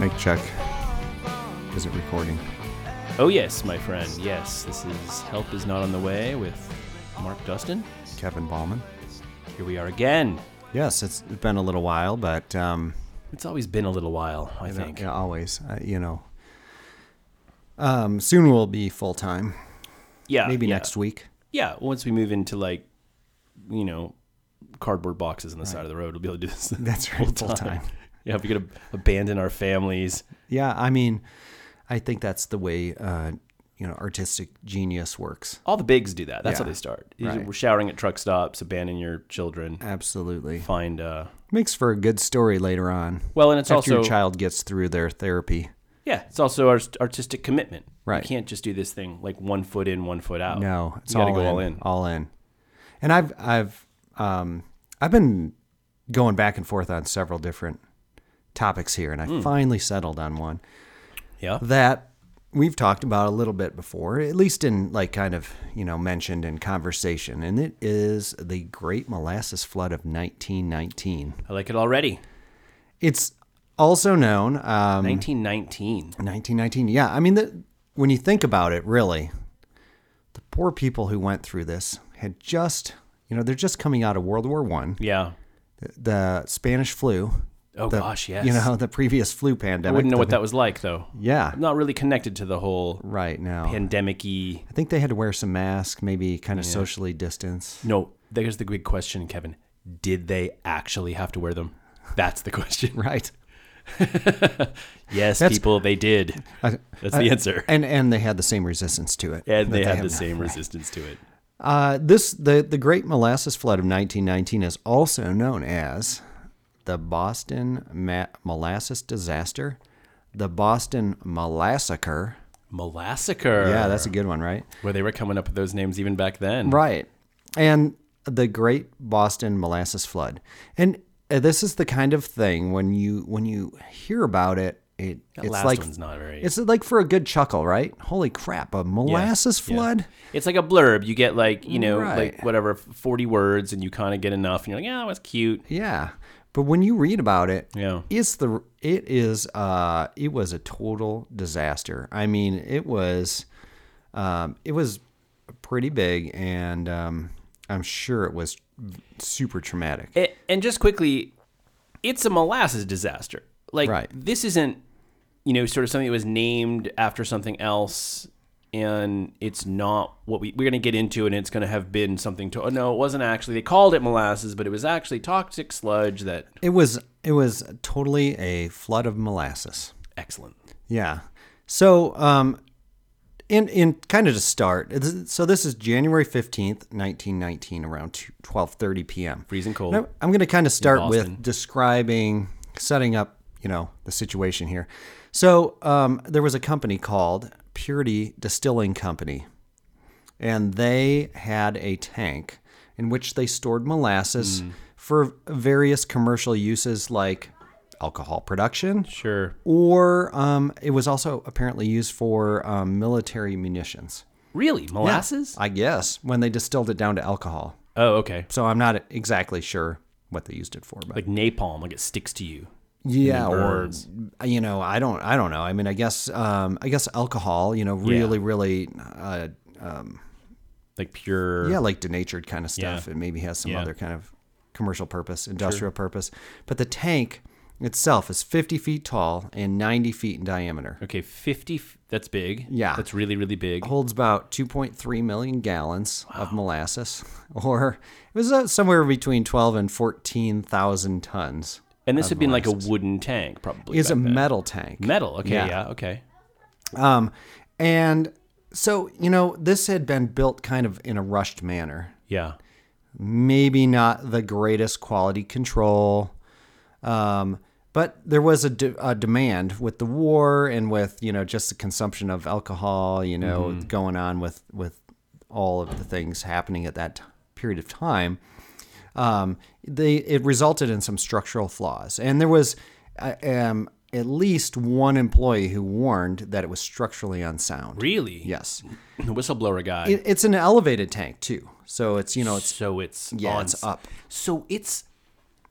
Mic check. Is it recording? Oh, yes, my friend. Yes, this is Help Is Not on the Way with Mark Dustin. Kevin Ballman. Here we are again. Yes, it's been a little while, but um, It's always been a little while, I you know, think. yeah, always, uh, you know. Um, soon we'll be full time. Yeah. Maybe yeah. next week. Yeah, once we move into like, you know, cardboard boxes on the side of the road, we'll be able to do this. That's right, full time. yeah, if we could ab- abandon our families. Yeah, I mean, I think that's the way uh, you know artistic genius works. All the bigs do that. That's how Yeah, they start. Is right. We're shouting at truck stops, abandon your children, Absolutely find, uh, makes for a good story later on. well, and it's after also. your child gets through their therapy. Yeah, it's also our artistic commitment. Right. You can't just do this thing like one foot in, one foot out. No, it's Oh, you gotta all, go in, all all in. in. And I've I've um I've been going back and forth on several different topics here, and I Hmm. finally settled on one Yeah. that we've talked about a little bit before, at least in like kind of you know mentioned in conversation, and it is the Great Molasses Flood of 1919. I like it already. Mm. It's also known um, 1919. 1919. Yeah, I mean, the, when you think about it, really, the poor people who went through this had just, you know, they're just coming out of World War One, Yeah. the, the Spanish flu. Oh the- gosh, yes. You know, the previous flu I pandemic. wouldn't know the- what that was like though. Yeah, I'm not really connected to the whole right now. pandemic-y. I think they had to wear some mask, maybe kind of socially distance. No, there's the big question, Kevin. Did they actually have to wear them? That's the question. Right. yes, That's- people, they did. I- That's the answer. And and they had the same resistance to it. And that they have had the now. same resistance to it. Uh, this the the Great Molasses Flood of 1919 is also known as the Boston Ma- Molasses Disaster, the Boston Molassacre. Molassacre. Yeah, that's a good one, right? where they were coming up with those names even back then. Right, and the Great Boston Molasses Flood, and uh, this is the kind of thing when you when you hear about it, it That it's last like one's not very it's like for a good chuckle, right? Holy crap, a molasses Yeah. flood. It's like a blurb. You get like, you know, Right. like whatever, 40 words, and you kind of get enough, and you're like, yeah, that was cute. Yeah. But when you read about it, Yeah. it's the it is uh it was a total disaster. I mean, it was um it was pretty big and um I'm sure it was super traumatic. A- and just quickly, it's a molasses disaster. Like, Right. this isn't, you know, sort of something that was named after something else. And it's not what we, we're going to get into, and it's going to have been something to. Oh, no, it wasn't actually. They called it molasses, but it was actually toxic sludge that. It was it was totally a flood of molasses. Excellent. Yeah. So, um, in in kind of to start, it's- so this is January fifteenth, nineteen nineteen, around twelve thirty p.m. Freezing cold. Now, I'm going to kind of start Boston. with describing, setting up, you know, the situation here. So, um, there was a company called Purity Distilling Company, and they had a tank in which they stored molasses Hmm. for various commercial uses like alcohol production Sure. or um, it was also apparently used for um, military munitions. Really? Molasses? I guess when they distilled it down to alcohol. Oh, okay. So I'm not exactly sure what they used it for, but Like napalm, like it sticks to you. yeah, or burns. you know, I don't, I don't know. I mean, I guess, um, I guess alcohol, you know, really, really, uh, Like pure. yeah, like denatured kind of stuff. Yeah. It maybe has some Yeah. other kind of commercial purpose, industrial purpose. But the tank itself is 50 feet tall and 90 feet in diameter. Okay, 50. f- That's big. Yeah. That's really, really big. holds about 2.3 million gallons of molasses, or it was uh, somewhere between 12 and 14,000 tons. And this had been like a wooden tank, probably. Is a back then. metal tank. metal. Okay, Yeah. yeah. okay. Um, and so you know this had been built kind of in a rushed manner. Yeah. Maybe not the greatest quality control. Um, but there was a, de- a demand with the war and with you know just the consumption of alcohol, you know, going on with with all of the things happening at that t- period of time. Um, they it resulted in some structural flaws, and there was uh, um, at least one employee who warned that it was structurally unsound. Really? Yes, The whistleblower guy. it, it's an elevated tank too, so it's you know it's so it's yeah on- it's up. So it's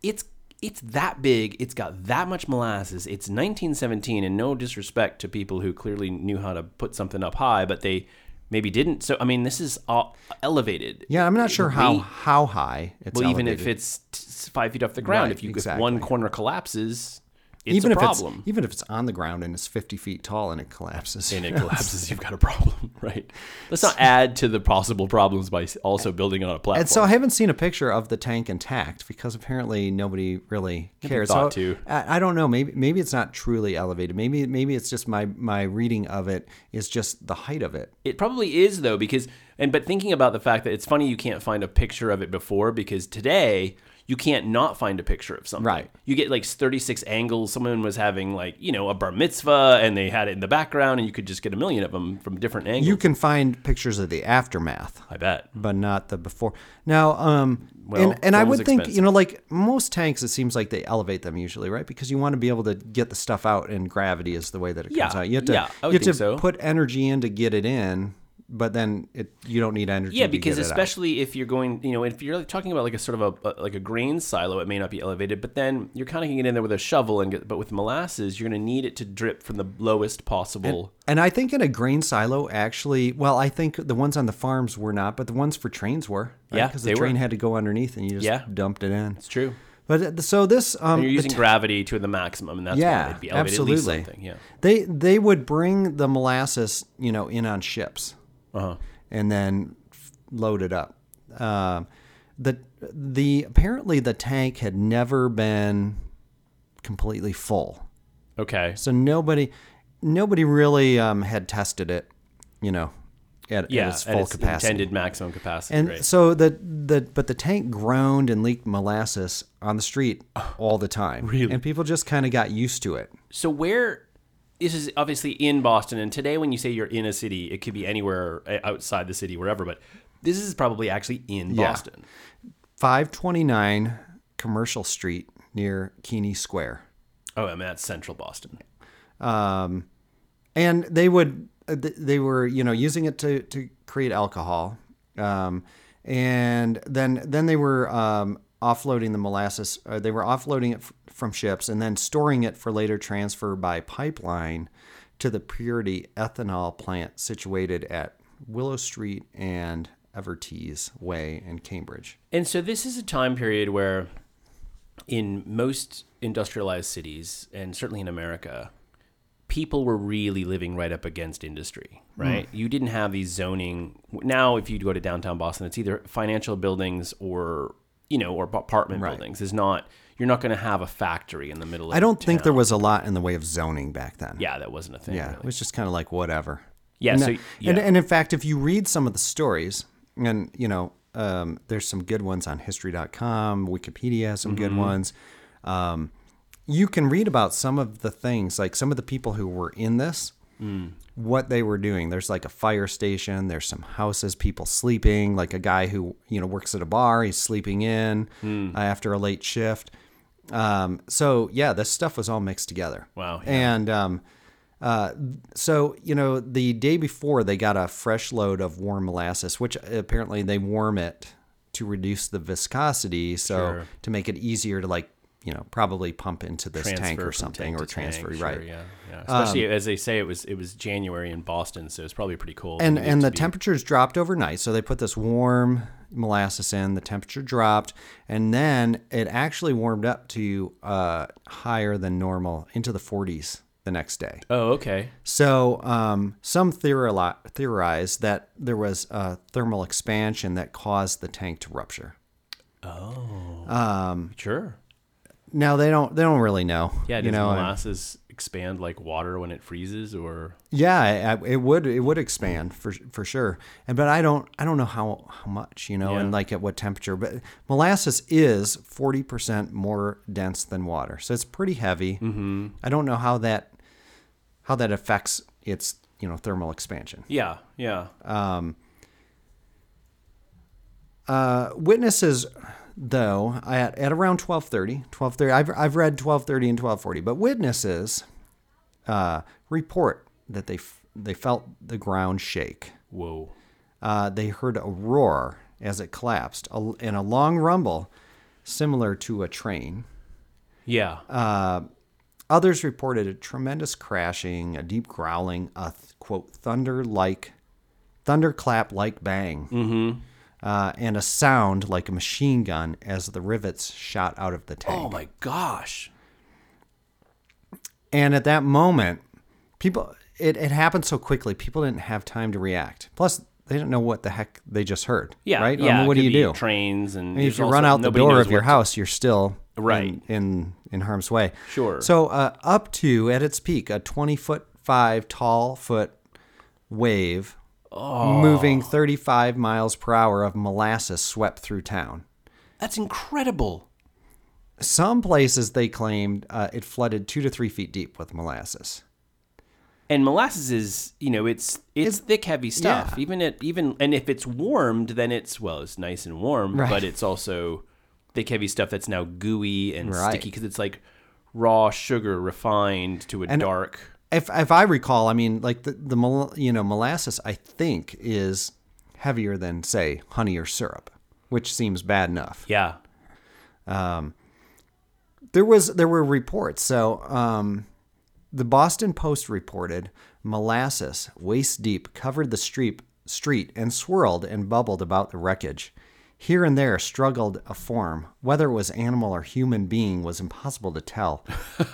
it's it's that big. It's got that much molasses. It's 1917, and no disrespect to people who clearly knew how to put something up high, but they maybe didn't. So I mean, this is all elevated. Yeah, I'm not sure how Weight. how high it's Well, even if elevated. it's t- five feet off the ground, Right, if you if exactly. one corner collapses, it's even a if problem. it's even if it's on the ground and it's 50 feet tall and it collapses. and it collapses, you've got a problem, right? Let's not add to the possible problems by s- also building on a platform. And so I haven't seen a picture of the tank intact because apparently nobody really cares. thought So to. I, I don't know. Maybe maybe it's not truly elevated. Maybe maybe it's just my my reading of it is just the height of it. It probably is though, because and but thinking about the fact that it's funny you can't find a picture of it before because today you can't not find a picture of something. Right. You get like 36 angles. Someone was having like you know a bar mitzvah and they had it in the background and you could just get a million of them from different angles. You can find pictures of the aftermath, I bet. but not the before. Now, um, Well, and and I film is would think you expensive. know like most tanks, it seems like they elevate them usually, right? Because you want to be able to get the stuff out, and gravity is the way that it Yeah, comes out. You have to yeah, I you would have to think so. put energy in to get it in, but then it you don't need energy. Yeah, to get because it out. especially if you're going, you know, if you're talking about like a sort of a, a- like a grain silo, it may not be elevated, but then you're kind of going to get in there with a shovel and get, but with molasses, you're going to need it to drip from the lowest possible. And I think in a grain silo, actually, well, I think the ones on the farms were not, but the ones for trains were. Yeah, because the they train were. had to go underneath, and you just Yeah. dumped it in. it's true. But uh, so this, um, You're the using gravity to the maximum, and that's Yeah, why they'd be elevated at absolutely. least something. Yeah. They they would bring the molasses, you know, in on ships Uh-huh. and then f- load it up. Um, the the apparently the tank had never been completely full, Okay. so nobody nobody really um, had tested it, you know, at, at Yeah, its at full its capacity. intended maximum capacity. and right. so the the but the tank groaned and leaked molasses on the street all the time, Oh. Really? and people just kind of got used to it. So where this is obviously in Boston, and today when you say you're in a city, it could be anywhere uh, outside the city, wherever. But this is probably actually in Yeah. Boston. 529 Commercial Street near Keeney Square. Oh, I mean that's central Boston. Um, and they would uh, th- they were you know using it to to create alcohol. Um, and then then they were um, offloading the molasses. Uh, they were offloading it f- from ships and then storing it for later transfer by pipeline to the Purity ethanol plant situated at Willow Street and Evertees Way in Cambridge. And so this is a time period where, in most industrialized cities, and certainly in America, people were really living right up against industry. Hmm. Right? You didn't have these zoning. Now, if you go to downtown Boston, it's either financial buildings or you know or apartment buildings. Is not you're not going to have a factory in the middle. of I don't town. think there was a lot in the way of zoning back then. Yeah, that wasn't a thing. Yeah, it really. was just kind of like whatever. Yeah, And, so- that- yeah. and and in fact, if you read some of the stories, and you know, um, there's some good ones on History.com, Wikipedia has some Mm-hmm. good ones. Um, you can read about some of the things, like some of the people who were in this, Mm. what they were doing. There's like a fire station. There's some houses, people sleeping. Like a guy who you know works at a bar, he's sleeping in Mm. uh, after a late shift. Um, so yeah, this stuff was all mixed together. Wow, And um, uh, so you know, the day before they got a fresh load of warm molasses, which uh, apparently they warm it to reduce the viscosity, so Sure. to make it easier to like you know probably pump into this tank or from something tank or to tank, transfer sure, right. Um, yeah, yeah. Especially as they say, it was it was January in Boston, so it's probably pretty cold. and It needed and to the be- temperatures dropped overnight so they put this warm molasses in the temperature dropped and then it actually warmed up to uh, higher than normal into the 40s the next day oh okay. so um, some theorili theorize that there was a thermal expansion that caused the tank to rupture Sure. now they don't they don't really know Yeah, does you know and- molasses expand like water when it freezes, or Yeah, I, I, it would it would expand for for sure. And but I don't I don't know how how much you know and Yeah. like at what temperature. But molasses is forty percent more dense than water, so it's pretty heavy. Mm-hmm. I don't know how that how that affects its you know thermal expansion. yeah, yeah, Uh, witnesses though at, at around 1230 1230 I've, I've read 1230 and 1240 but witnesses uh, report that they f- they felt the ground shake whoa, uh, they heard a roar as it collapsed a, and a long rumble similar to a train. Yeah. Uh, Others reported a tremendous crashing, a deep growling, a th- quote thunder like, thunderclap like bang, mm-hmm. uh, and a sound like a machine gun as the rivets shot out of the tank. oh my gosh. Oh. And at that moment, people it, it happened so quickly. People didn't have time to react. Plus, they didn't know what the heck they just heard. Yeah. right. I Yeah. mean, it what do could you do? be Trains and, And there's if you also- run out the nobody door knows of your what- house, you're still Right. in in, in harm's way. Sure. So uh, up to at its peak, a 20 foot five tall foot wave Oh. moving 35 miles per hour of molasses swept through town. That's incredible. Some places they claimed uh, it flooded two to three feet deep with molasses. And molasses is, you know, it's it's, thick, heavy stuff. Even it even and if it's warmed, then it's well, it's nice and warm, but it's also thick, heavy stuff that's now gooey and sticky 'cause Right. sticky because it's like raw sugar refined to a dark. If if I recall, I mean, like the the mol- you know molasses, I think is heavier than say honey or syrup, which seems bad enough. Yeah. there was there were reports. So um, the Boston Post reported molasses waist deep covered the street street and swirled and bubbled about the wreckage. Here and there struggled a form. Whether it was animal or human being was impossible to tell.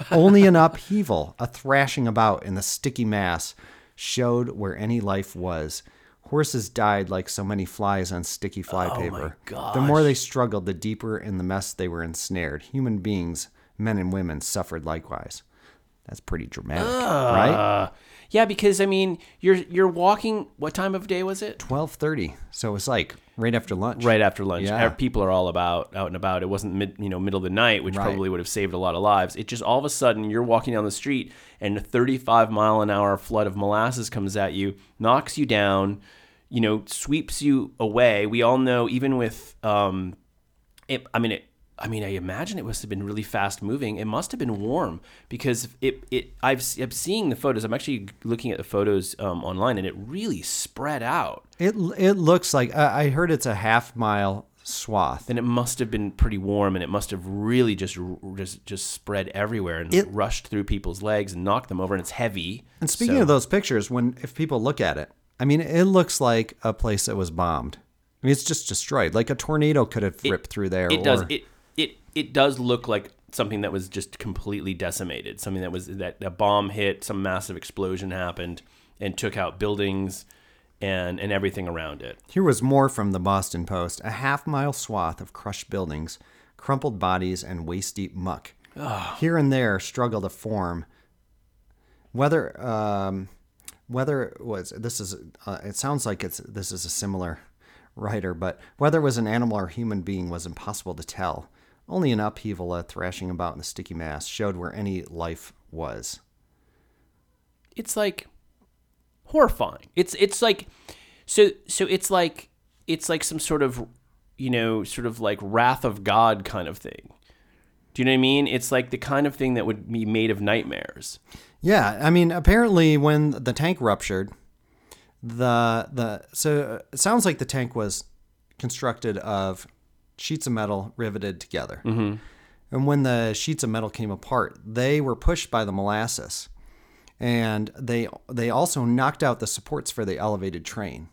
Only an upheaval, a thrashing about in the sticky mass, showed where any life was. Horses died like so many flies on sticky flypaper. the more they struggled, the deeper in the mess they were ensnared. Human beings, men and women, suffered likewise. That's pretty dramatic, right? Uh, yeah, because I mean, you're you're walking. What time of day was it? Twelve thirty. So it was like right after lunch. Right after lunch. Yeah. Our People are all about out and about. It wasn't mid, you know middle of the night, which Right. probably would have saved a lot of lives. It just all of a sudden you're walking down the street and a 35 mile an hour flood of molasses comes at you, knocks you down, you know, sweeps you away. We all know even with um, it, I mean, it, I mean, I imagine it must have been really fast moving. It must have been warm because it, it, I've, se- I'm seeing the photos. I'm actually looking at the photos um, online, and it really spread out. It it looks like I I heard it's a half mile swath. Then it must have been pretty warm, and it must have really just, r- just, just spread everywhere and rushed through people's legs and knocked them over. And it's heavy. And speaking of those pictures, when if people look at it, I mean, it looks like a place that was bombed. I mean, it's just destroyed. Like a tornado could have ripped through there. it does or- it it it does look like something that was just completely decimated something that was that a bomb hit some massive explosion happened and took out buildings and and everything around it Here was more from the Boston Post: a half-mile swath of crushed buildings, crumpled bodies, and waist-deep muck. Here and there struggled a form. Whether um, whether it was this is uh, it sounds like it's this is a similar writer, but whether it was an animal or human being was impossible to tell. Only an upheaval, a thrashing about in the sticky mass, showed where any life was. it's like horrifying it's it's like so so it's like it's like some sort of you know sort of like wrath of god kind of thing do you know what i mean it's like the kind of thing that would be made of nightmares Yeah, I mean, apparently when the tank ruptured, the the so it sounds like the tank was constructed of sheets of metal riveted together. Mm-hmm. And when the sheets of metal came apart, they were pushed by the molasses, and they they also knocked out the supports for the elevated train.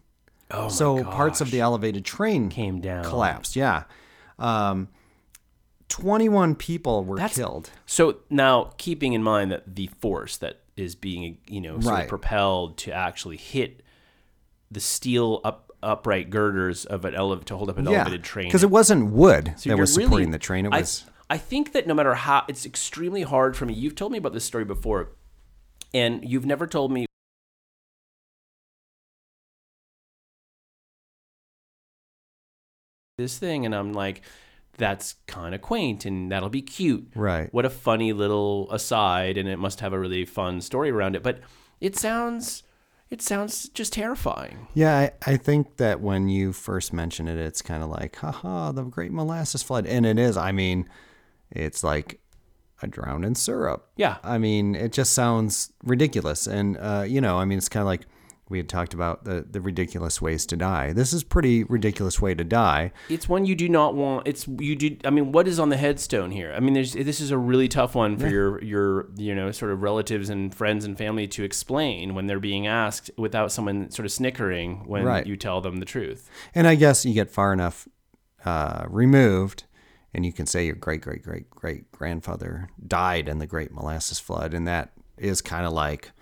Oh my so parts of the elevated train came down collapsed. Yeah, um, twenty one people were killed. So now, keeping in mind that the force that is being, you know, sort of Right. propelled to actually hit the steel up upright girders of an elev- to hold up an elevated train, Because it wasn't wood that you're was really- supporting the train. It I- was I, think that no matter how, it's extremely hard for me. You've told me about this story before, and you've never told me. This thing, and I'm like, that's kind of quaint, and that'll be cute. right. What a funny little aside, and it must have a really fun story around it. But it sounds, it sounds just terrifying. Yeah, I, I think that when you first mention it, it's kind of like, haha, the Great Molasses Flood, and it is. I mean, it's like a drown in syrup. Yeah. I mean, it just sounds ridiculous, and uh, you know, I mean, it's kind of like we had talked about the, the ridiculous ways to die. This is pretty ridiculous way to die. It's one you do not want. It's you do. I mean, what is on the headstone here? I mean, there's this is a really tough one for your your you know sort of relatives and friends and family to explain when they're being asked without someone sort of snickering when Right. you tell them the truth. And I guess you get far enough uh, removed, and you can say your great great great great grandfather died in the Great Molasses Flood, and that is kind of like,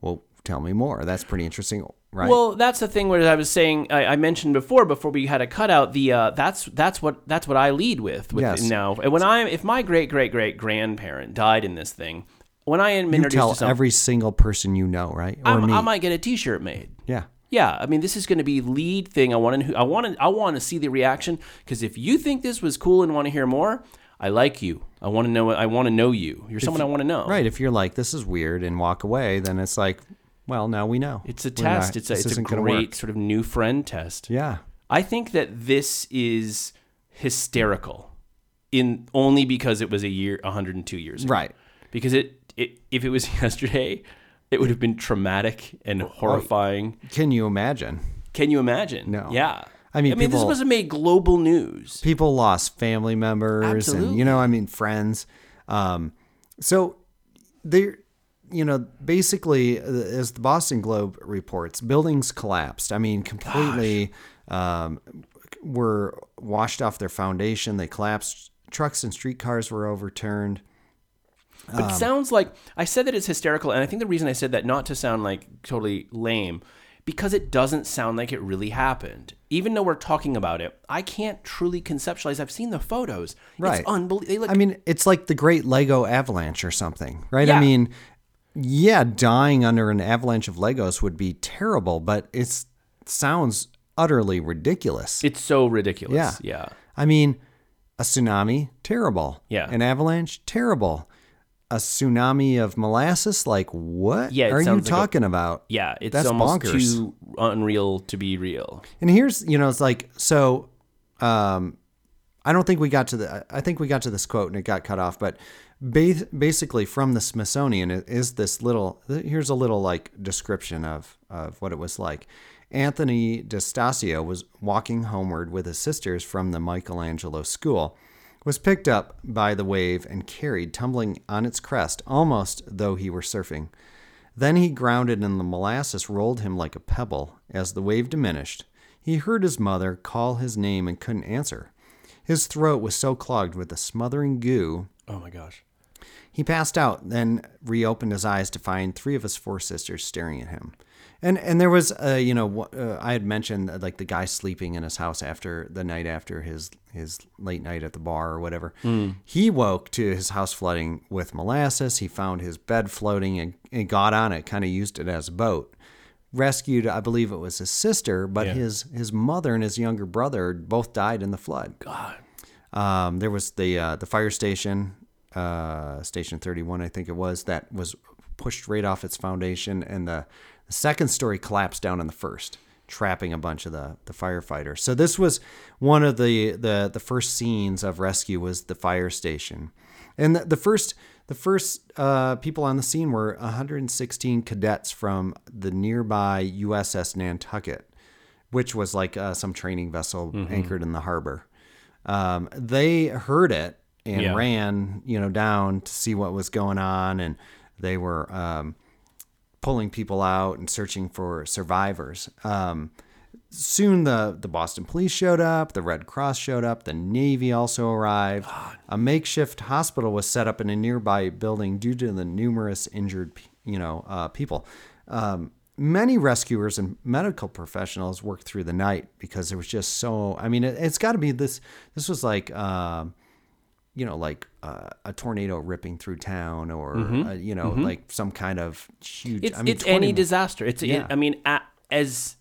well, tell me more. That's pretty interesting, right? Well, that's the thing where I was saying I, I mentioned before before we had a cutout. The uh, that's that's what that's what I lead with, with Yes. now. And when I if my great great great grandparent died in this thing, when I am you introduced tell to someone, every single person you know, right? Or I'm- me? I might get a T-shirt made. yeah. Yeah, I mean, this is going to be lead thing. I want to, I want to, I want to see the reaction because if you think this was cool and want to hear more, I like you. I want to know. I want to know you. You're someone I want to know. Right. If you're like, this is weird and walk away, then it's like, well, now we know. It's a We're not- test. it's a, this it's a isn't gonna work. great sort of new friend test. Yeah. I think that this is hysterical, in only because it was a year, 102 years ago. Right. Because it, it, if it was yesterday, it would have been traumatic and horrifying. Can you imagine? Can you imagine? No. Yeah. I mean, I mean, this people- was made global news. people lost family members and Absolutely. you know i mean friends um, so they you know basically uh, as the boston globe reports buildings collapsed i mean completely um, were washed off their foundation they collapsed trucks and streetcars were overturned But Um, it sounds like I said that it's hysterical, and I think the reason I said that not to sound like totally lame, because it doesn't sound like it really happened. Even though we're talking about it, I can't truly conceptualize. I've seen the photos. Right. It's unbelievable. They look i mean it's like the great lego avalanche or something right i Yeah. mean yeah dying under an avalanche of legos would be terrible but it sounds utterly ridiculous it's so ridiculous. Yeah. I mean, a tsunami, terrible. Yeah. An avalanche, terrible. A tsunami of molasses, like what Yeah, it are you sounds like a- talking about? Yeah. It's That's almost bonkers. too unreal to be real. And here's, you know, it's like so. Um, I don't think we got to the. I think we got to this quote and it got cut off. But ba- basically, from the Smithsonian it is this little. Here's a little like description of of what it was like. Anthony D'Estasio was walking homeward with his sisters from the Michelangelo School, was picked up by the wave and carried tumbling on its crest, almost though he were surfing. Then he grounded and the molasses rolled him like a pebble. As the wave diminished, he heard his mother call his name and couldn't answer. His throat was so clogged with the smothering goo, Oh my gosh. he passed out, then reopened his eyes to find three of his four sisters staring at him. And and there was uh, you know wh- uh, I had mentioned uh, like the guy sleeping in his house after the night after his his late night at the bar or whatever. He woke to his house flooding with molasses. He found his bed floating and, and got on it, kind of used it as a boat. Rescued, I believe it was his sister, but his his mother and his younger brother both died in the flood. Um, there was the uh, the fire station, uh, station thirty one, I think it was, that was pushed right off its foundation, and the, the second story collapsed down on the first, trapping a bunch of the the firefighters. So this was one of the the the first scenes of rescue was the fire station, and the, the first. The first uh, people on the scene were 116 cadets from the nearby USS Nantucket, which was like uh, some training vessel anchored in the harbor. Um, they heard it and Yeah. ran, you know, down to see what was going on, and they were um, pulling people out and searching for survivors. Um, soon, the the Boston Police showed up, the Red Cross showed up, the Navy also arrived. A makeshift hospital was set up in a nearby building due to the numerous injured, pe- you know, uh, people. Um, many rescuers and medical professionals worked through the night because there was just so. I mean, it, it's got to be this. This was like. Um, you know, like uh, a tornado ripping through town, or uh, you know, like some kind of huge. Mm-hmm. It's I mean, it's 20 any disaster. It's it- Yeah. I mean a as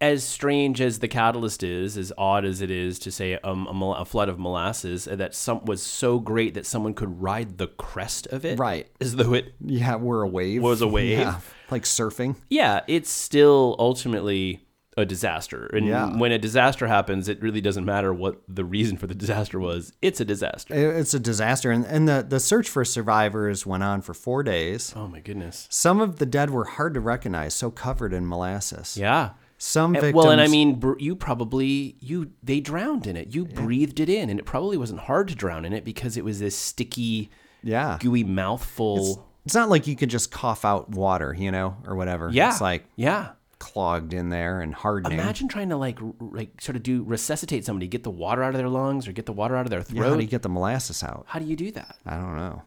as strange as the catalyst is, as odd as it is to say um, a, mol- a flood of molasses uh, that some was so great that someone could ride the crest of it, Right. As though it, Yeah, we're a wave. Was a wave. Yeah, like surfing. yeah, it's still ultimately a disaster. And Yeah. when a disaster happens, it really doesn't matter what the reason for the disaster was. It's a disaster. It- It's a disaster. And, and the, the search for survivors went on for four days. oh my goodness. Some of the dead were hard to recognize, so covered in molasses. Yeah. Some victims. Eh, Well, and I mean, br- you probably you they drowned in it. You breathed it in, and it probably wasn't hard to drown in it because it was this sticky, yeah. gooey mouthful. It's not like you can just cough out water, you know, or whatever. yeah, It's like yeah. clogged in there and hardening. Imagine trying to like r- like sort of do resuscitate somebody, get the water out of their lungs or get the water out of their Yeah, how throat. do you get the molasses out? How do you do that? I don't know.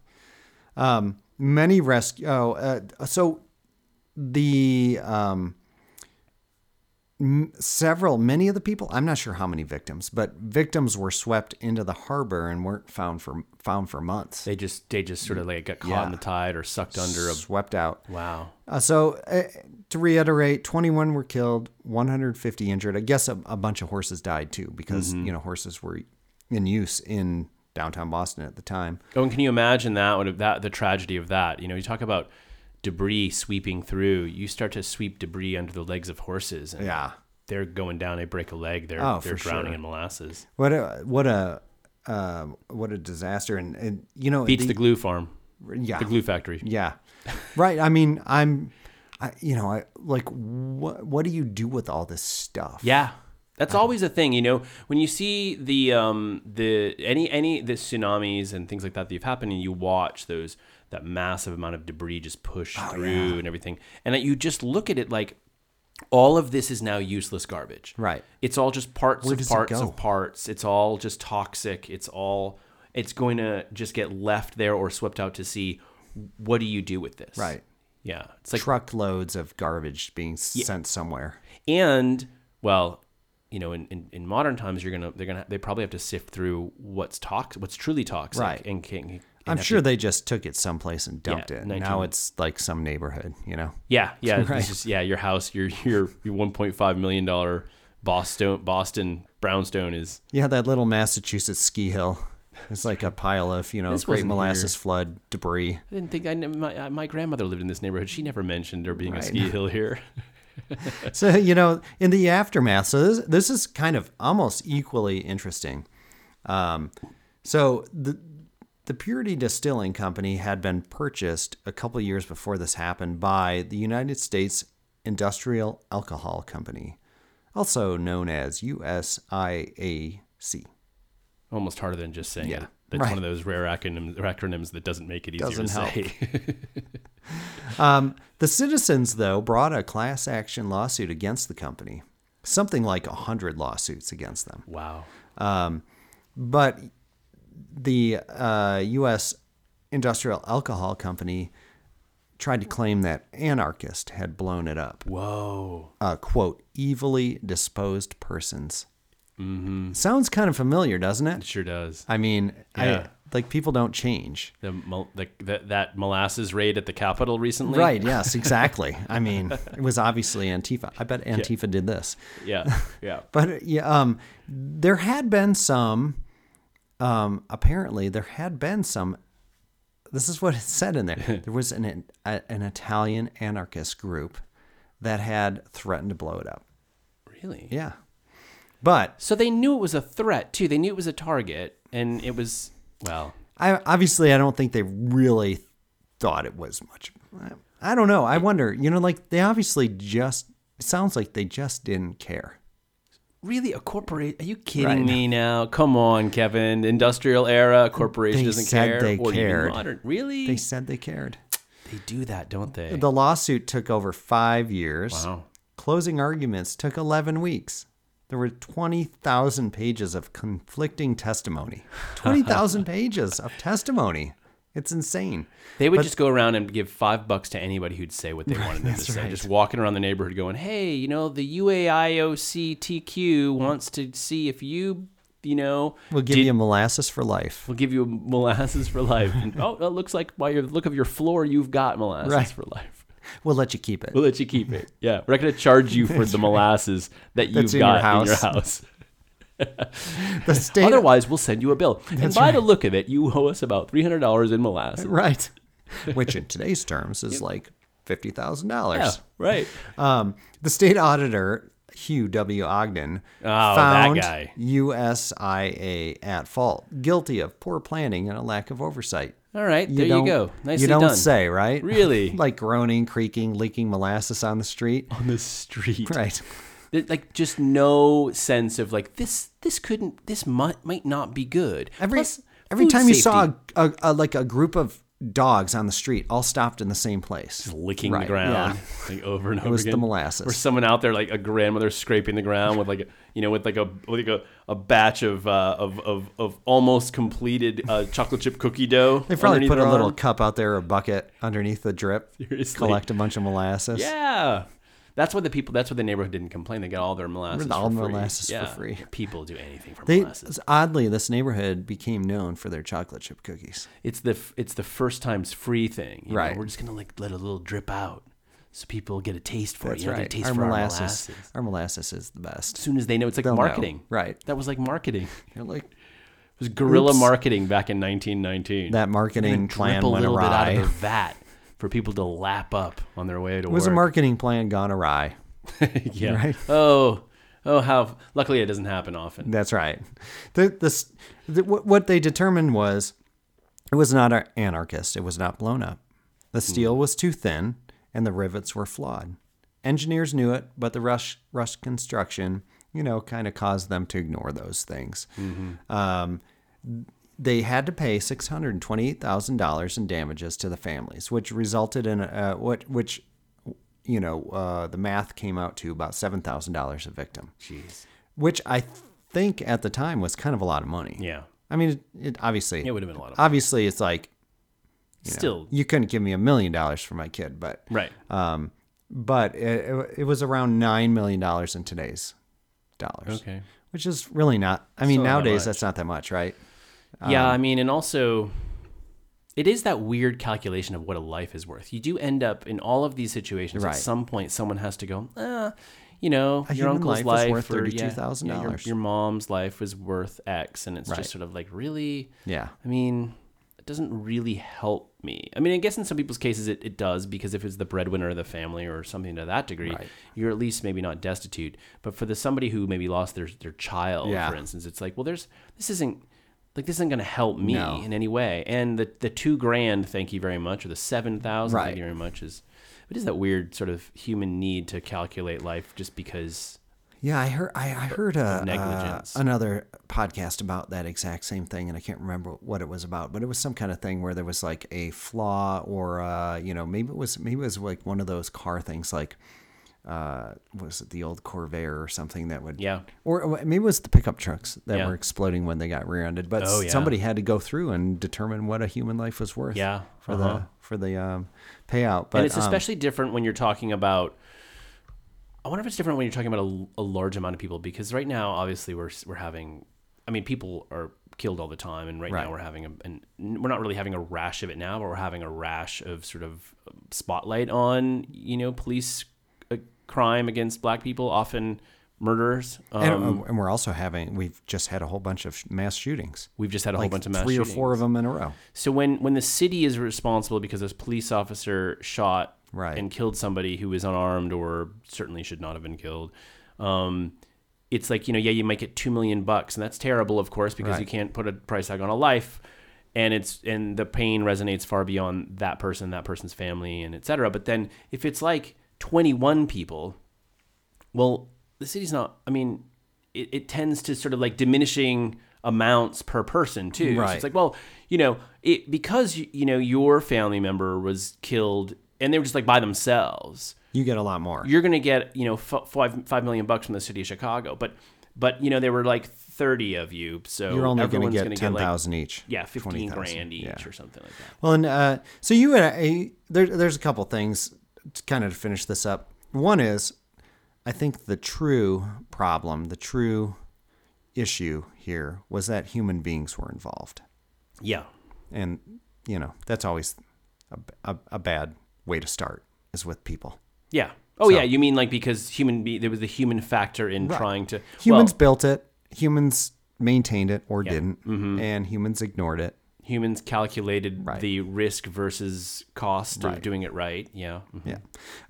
Um, many rescue. Oh, uh, so the um, m- several, many of the people. I'm not sure how many victims, but victims were swept into the harbor and weren't found for found for months. They just they just sort of like got caught in the tide or sucked under a swept out. wow. Uh, so uh, to reiterate, 21 were killed, 150 injured. I guess a, a bunch of horses died too, because Mm-hmm. you know horses were in use in downtown Boston at the time. Oh, and can you imagine that? What that the tragedy of that? You know, you talk about debris sweeping through. You start to sweep debris under the legs of horses, and Yeah. they're going down. They break a leg. They're Oh, they're for sure. drowning in molasses. What a what a um, what a disaster! And, and you know, Beats the- the glue farm, yeah the glue factory. yeah, right. I mean, I'm, I, you know, I like what what do you do with all this stuff? Yeah. That's Uh-huh. always a thing, you know. When you see the um the any any the tsunamis and things like that that have happened, and you watch those that massive amount of debris just push Oh, through and everything, and that you just look at it like all of this is now useless garbage. Right. It's all just parts of does it parts go? of parts. It's all just toxic. It's all it's going to just get left there or swept out to sea. What do you do with this? Right. Yeah. It's like truckloads of garbage being sent somewhere. and well you know in, in, in modern times you're gonna they're gonna they probably have to sift through what's toxic what's truly toxic Right. and can and I'm have sure they just took it someplace and dumped Yeah, it. 19 Now it's like some neighborhood, you know. to- yeah yeah this is, yeah your house your your your 1.5 million dollar boston boston brownstone is Yeah, that little Massachusetts ski hill. It's like a pile of, you know, This great wasn't molasses flood debris. i didn't think i kn- my, uh, my grandmother lived in this neighborhood she never mentioned there being a Right. ski hill here So, you know, in the aftermath, so this, this is kind of almost equally interesting. Um, so the the Purity Distilling Company had been purchased a couple years before this happened by the United States Industrial Alcohol Company, also known as USIAC. almost harder than just saying Yeah. it that's Right. one of those rare acronyms, acronyms that doesn't make it easier Doesn't to help. say. The citizens, though, brought a class action lawsuit against the company, something like 100 lawsuits against them. wow. But the uh, U.S. Industrial Alcohol Company tried to claim that anarchist had blown it up. Whoa. Uh, quote, evilly disposed persons. Mm-hmm. Sounds kind of familiar, doesn't It it? sure does. I mean, Yeah. I, like people don't change. The, mol- the, the that molasses raid at the Capitol recently. Right, yes, exactly. I mean, it was obviously Antifa. I bet Antifa did this. Yeah. Yeah. But uh, yeah, um, there had been some. Um, apparently, there had been some. This is what it said in there. There was an a, an Italian anarchist group that had threatened to blow it up. Really? Yeah, but So they knew it was a threat too. They knew it was a target, and it was well. I obviously I don't think they really thought it was much. I- I don't know. I wonder. You know, like they obviously just it sounds like they just didn't care. Really, a corporate? Are you kidding Right. me now? Come on, Kevin. Industrial era corporation They doesn't said care. they or even cared. modern- Really? They They, said they cared. do that, don't they? The lawsuit took over five years. Eh. wow. Closing arguments took 11 weeks. There were 20,000 pages of conflicting testimony. 20,000 pages of testimony. It's insane. They would just go around and give five bucks to anybody who'd say what they wanted them to say. Just walking around the neighborhood, going, "Hey, you know, the UAIOCTQ wants to see if you, you know, We'll give you molasses for life. We'll give you molasses for life. And, oh, it looks like by your look of your floor, you've got molasses Right. for life. We'll let you keep it. We'll let you keep it. Yeah, we're not going to charge you for the molasses that you've That's in your got in your house. house. The state Otherwise, we'll send you a bill. and by the look of it, you owe us about three hundred dollars in molasses. right. Which in today's terms is like $50,000. Yeah, right. Um, the state auditor Hugh W. Ogden Oh, that found guy. USIA at fault, guilty of poor planning and a lack of oversight. All right, there you don't- go. Nicely you don't done. say, right? Really? like groaning, creaking, leaking molasses on the street. on the street. Right. There- like just no sense of like this this couldn't this might might not be good. Every Plus, every food time you safety saw a, a, a like a group of dogs on the street, all stopped in the same place. licking Right, the ground like over and over was the again. molasses. Or someone out there like a grandmother scraping the ground with like a, you know with like a with like a, a batch of, uh, of of of almost completed uh, chocolate chip cookie dough. They probably underneath put their a little arm. cup out there, or a bucket underneath the drip, Seriously. collect a bunch of molasses. Yeah. That's why the people. That's why the neighborhood didn't complain. They got all their molasses. All for free. molasses for yeah. free. People do anything for They, molasses. oddly, this neighborhood became known for their chocolate chip cookies. It's the f- it's the first times free thing. you know? Right. We're just gonna like let a little drip out, so people get a taste for it. You know, get a taste Our for molasses, our molasses. our molasses is the As best. soon as they know, it's like know. marketing. Right. That was like marketing. It You're like was guerrilla Oops. marketing back in 1919. that marketing And drip plan a went little bit out awry. of the It vat for people to lap up on their way to was a work. marketing plan gone awry. yeah. right? Oh, oh, how. Luckily, it doesn't happen often. That's right. The, this, the, what what they determined was it was not an anarchist. It was not blown up. The steel was too thin and the rivets were flawed. Engineers knew it, but the rush, rush construction, you know, kind of caused them to ignore those things. Um, they had to pay six hundred twenty-eight thousand dollars in damages to the families, which resulted in uh, what which, you know, uh, the math came out to about seven thousand dollars a victim Jeez. which I think at the time was kind of a lot of money. Yeah. I mean, it, it obviously It would have been a lot of. obviously it's like Still. you couldn't give me a million dollars for my kid, but Right. um, but it, it, it was around nine million dollars in today's dollars, Okay. which is really not. I mean, Still not that nowadays much. that's not that much, right? Yeah, Um, I mean, and also, it is that weird calculation of what a life is worth. You do end up in all of these situations. Right. At some point, someone has to go, ah, you know, your human uncle's life is life, worth or, yeah, $32,000. yeah, your- your mom's life was worth X, and it's Right. just sort of like, really? Yeah, I mean, it doesn't really help me. I mean, I guess in some people's cases it, it does because if it's the breadwinner of the family or something to that degree, Right. you're at least maybe not destitute. But for the somebody who maybe lost their their child, Yeah. for instance, it's like, well, there's this isn't like this isn't going to help me No. in any way. And the the two grand, thank you very much, or the seven thousand, Right. thank you very much, is it is that weird sort of human need to calculate life just because. yeah. I heard I, I heard a, uh, negligence. another podcast about that exact same thing, and I can't remember what it was about, but it was some kind of thing where there was like a flaw, or uh, you know, maybe it was maybe it was like one of those car things, like uh, was it the old Corvair or something that would Yeah. or or maybe it was the pickup trucks that Yeah. were exploding when they got rear-ended but Oh, yeah. somebody had to go through and determine what a human life was worth Yeah, for uh-huh. the for the um, payout but and it's um, especially different when you're talking about. I wonder if it's different when you're talking about a, a large amount of people because right now, obviously, we're we're having. I mean, people are killed all the time, and right, Right. now we're having a, an, we're not really having a rash of it now, but we're having a rash of sort of um, spotlight on you know police uh, crime against black people, often murders. and, Um, and we're also having we've just had a whole bunch of sh- mass shootings we've just had a like whole bunch of mass three shootings. or four of them in a row So when when the city is responsible because this police officer shot Right. and killed somebody who was unarmed or certainly should not have been killed, um, it's like you know yeah you might get two million bucks and that's terrible of course because you Right. can't put a price tag on a life, and it's and the pain resonates far beyond that person that person's family and etc. But then if it's like twenty one people well, the city's not. I mean, it, it tends to sort of like diminishing amounts per person too. So Right. it's like, well, you know, it because you, you know your family member was killed and they were just like by themselves. you get a lot more You're gonna get you know f- five five million bucks from the city of Chicago, but but you know there were like thirty of you, so you're only going to everyone's get gonna ten like, thousand each. yeah, fifteen 20,000, grand each yeah. or something like that. Well, and uh, so you had a there, there's a couple things to kind of finish this up. One is, I think the true problem, the true issue here was that human beings were involved, Yeah, and you know that's always a, a, a bad way to start is with people. yeah. Oh So- yeah, you mean like because human be there was the human factor in trying to Humans well, built it, humans maintained it or didn't, Mm-hmm. and humans ignored it. humans calculated Right. the risk versus cost Right. of doing it right. Yeah. Mhm. Yeah.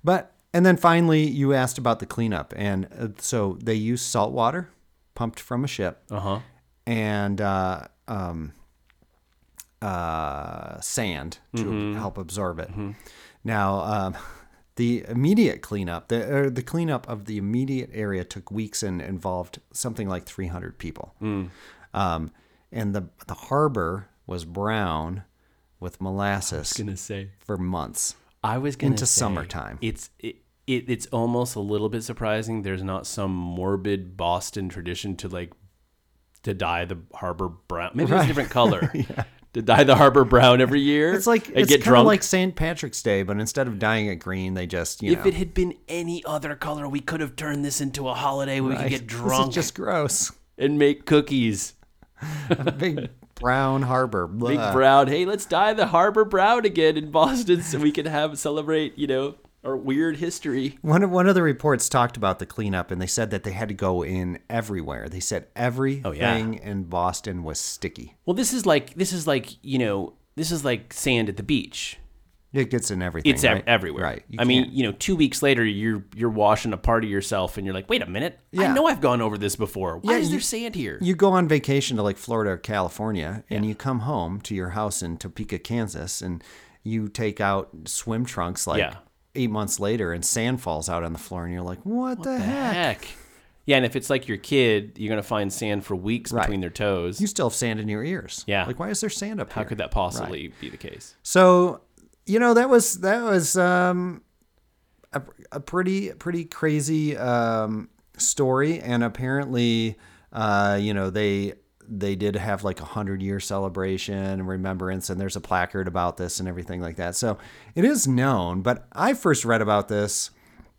But And then finally, you asked about the cleanup, and uh, so they use salt water pumped from a ship Uh huh. and uh, um, uh, sand to help absorb it. Now, um, the immediate cleanup, the or the cleanup of the immediate area took weeks and involved something like 300 people. Um, and the the harbor was brown with molasses Gonna say. for months. I was gonna Into say, summertime. It's it, it it's almost a little bit surprising. There's not some morbid Boston tradition to like to dye the harbor brown. Maybe it's a different color. To dye the harbor brown every year. It's like and it's get kind of drunk. like St. Patrick's Day, but instead of dyeing it green, they just you if know it had been any other color, we could have turned this into a holiday where we could like, get drunk This is just gross. and make cookies. Big brown harbor. Big blah. brown. Hey, let's dye the harbor brown again in Boston so we can have celebrate, you know, our weird history. One of, one of the reports talked about the cleanup, and they said that they had to go in everywhere. They said everything Oh, yeah. in Boston was sticky. Well, this is like this is like you know this is like sand at the beach. It gets in everything. It's ev- right? everywhere. Right. You I mean, can't- you know, two weeks later, you're you're washing a part of yourself, and you're like, wait a minute, I Yeah. know I've gone over this before. Why Yeah, is you- there sand here? you go on vacation to like Florida or California, and you come home to your house in Topeka, Kansas, and you take out swim trunks like Yeah. eight months later, and sand falls out on the floor, and you're like, what, the, heck? Heck. Yeah, and if it's like your kid, you're gonna find sand for weeks between their toes. You still have sand in your ears. Yeah. Like, why is there sand up How here? could that possibly be the case? So, you know, that was that was um, a, a pretty pretty crazy um, story, and apparently, uh, you know, they they did have like a hundred year celebration and remembrance, and there's a placard about this and everything like that. So it is known, but I first read about this.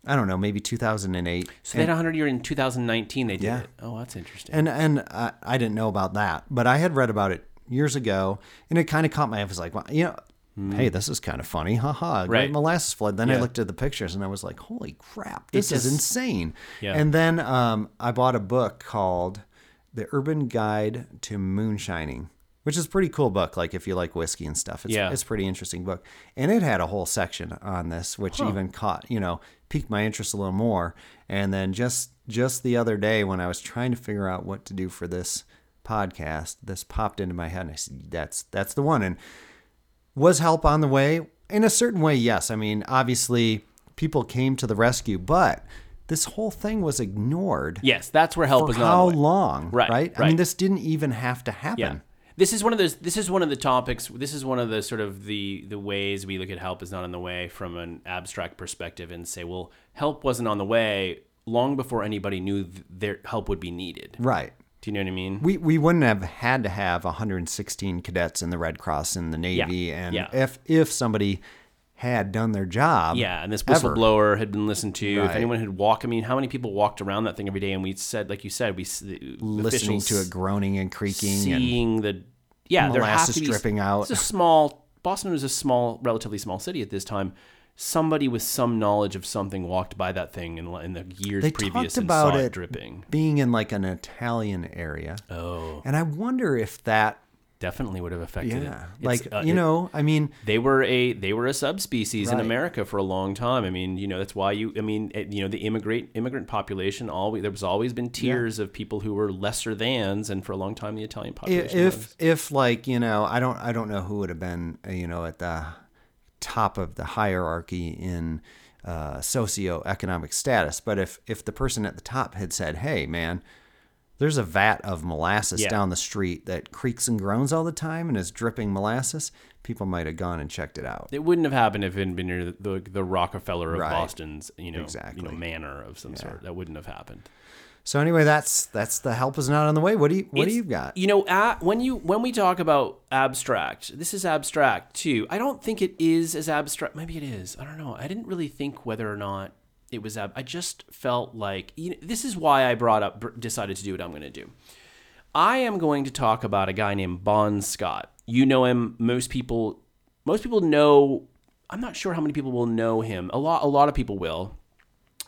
I don't know, maybe 2008, So they had a hundred year in 2019. They did Yeah. it. Oh, that's interesting. and and I, I didn't know about that, but I had read about it years ago, and it kind of caught my eye. I was like, well, you know, hey, this is kind of funny, haha. Great Hmm. Right. molasses flood. Then Yeah. I looked at the pictures and I was like, holy crap, this It is just- insane. Yeah. And then um, I bought a book called The Urban Guide to Moonshining. Which is a pretty cool book. Like if you like whiskey and stuff, it's, Yeah. it's a pretty interesting book. And it had a whole section on this, which even caught you know piqued my interest a little more. And then just just the other day when I was trying to figure out what to do for this podcast, this popped into my head, and I said, "That's that's the one." And was help on the way? In a certain way, yes. I mean, obviously, people came to the rescue, but this whole thing was ignored yes, that's where help for is not. how on the way. long, Right, right, I right. mean, this didn't even have to happen. Yeah. This is one of those. This is one of the topics. This is one of the sort of the the ways we look at help is not on the way from an abstract perspective and say, well, help wasn't on the way long before anybody knew th- their help would be needed. Right. Do you know what I mean? Mm. We, we wouldn't have had to have 116 cadets in the Red Cross and the Navy, and yeah. if if somebody had done their job, yeah, and this ever. whistleblower had been listened to. If Right. anyone had walked, I mean, how many people walked around that thing every day? And we said, like you said, we s- the listening officials to it groaning and creaking, and seeing the yeah there have molasses to be, dripping out. It's a small Boston was a small, relatively small city at this time. Somebody with some knowledge of something walked by that thing in, in the years They previous talked and about saw it, it. dripping. being in like an Italian area, Oh, and I wonder if that, definitely would have affected it. yeah, It's, like uh, you it- know, I mean, they were a they were a subspecies in Right. America for a long time. I mean, you know, that's why you. I mean, it- you know, the immigrant immigrant population always there was always been tiers of people who were lesser thans, and for a long time the Italian population. was. if if like you know i don't i don't know who would have been uh, you know at the top of the hierarchy in uh, socioeconomic status but if if the person at the top had said hey man there's a vat of molasses Yeah. down the street that creaks and groans all the time and is dripping molasses people might have gone and checked it out It wouldn't have happened if it had been near the, the, the Rockefeller of Right. Boston's, you know, you know, Exactly. manor of some sort. That wouldn't have happened. so anyway that's that's the help is not on the way what do you what do It's- you got You know, a when you when we talk about abstract, this is abstract too. I don't think it is as abstract. Maybe it is. I don't know. I didn't really think whether or not it was. Ab- I just felt like you know, this is why I brought up br- decided to do what I'm going to do. I am going to talk about a guy named Bon Scott. You know him. Most people, most people know. I'm not sure how many people will know him. A lot, a lot of people will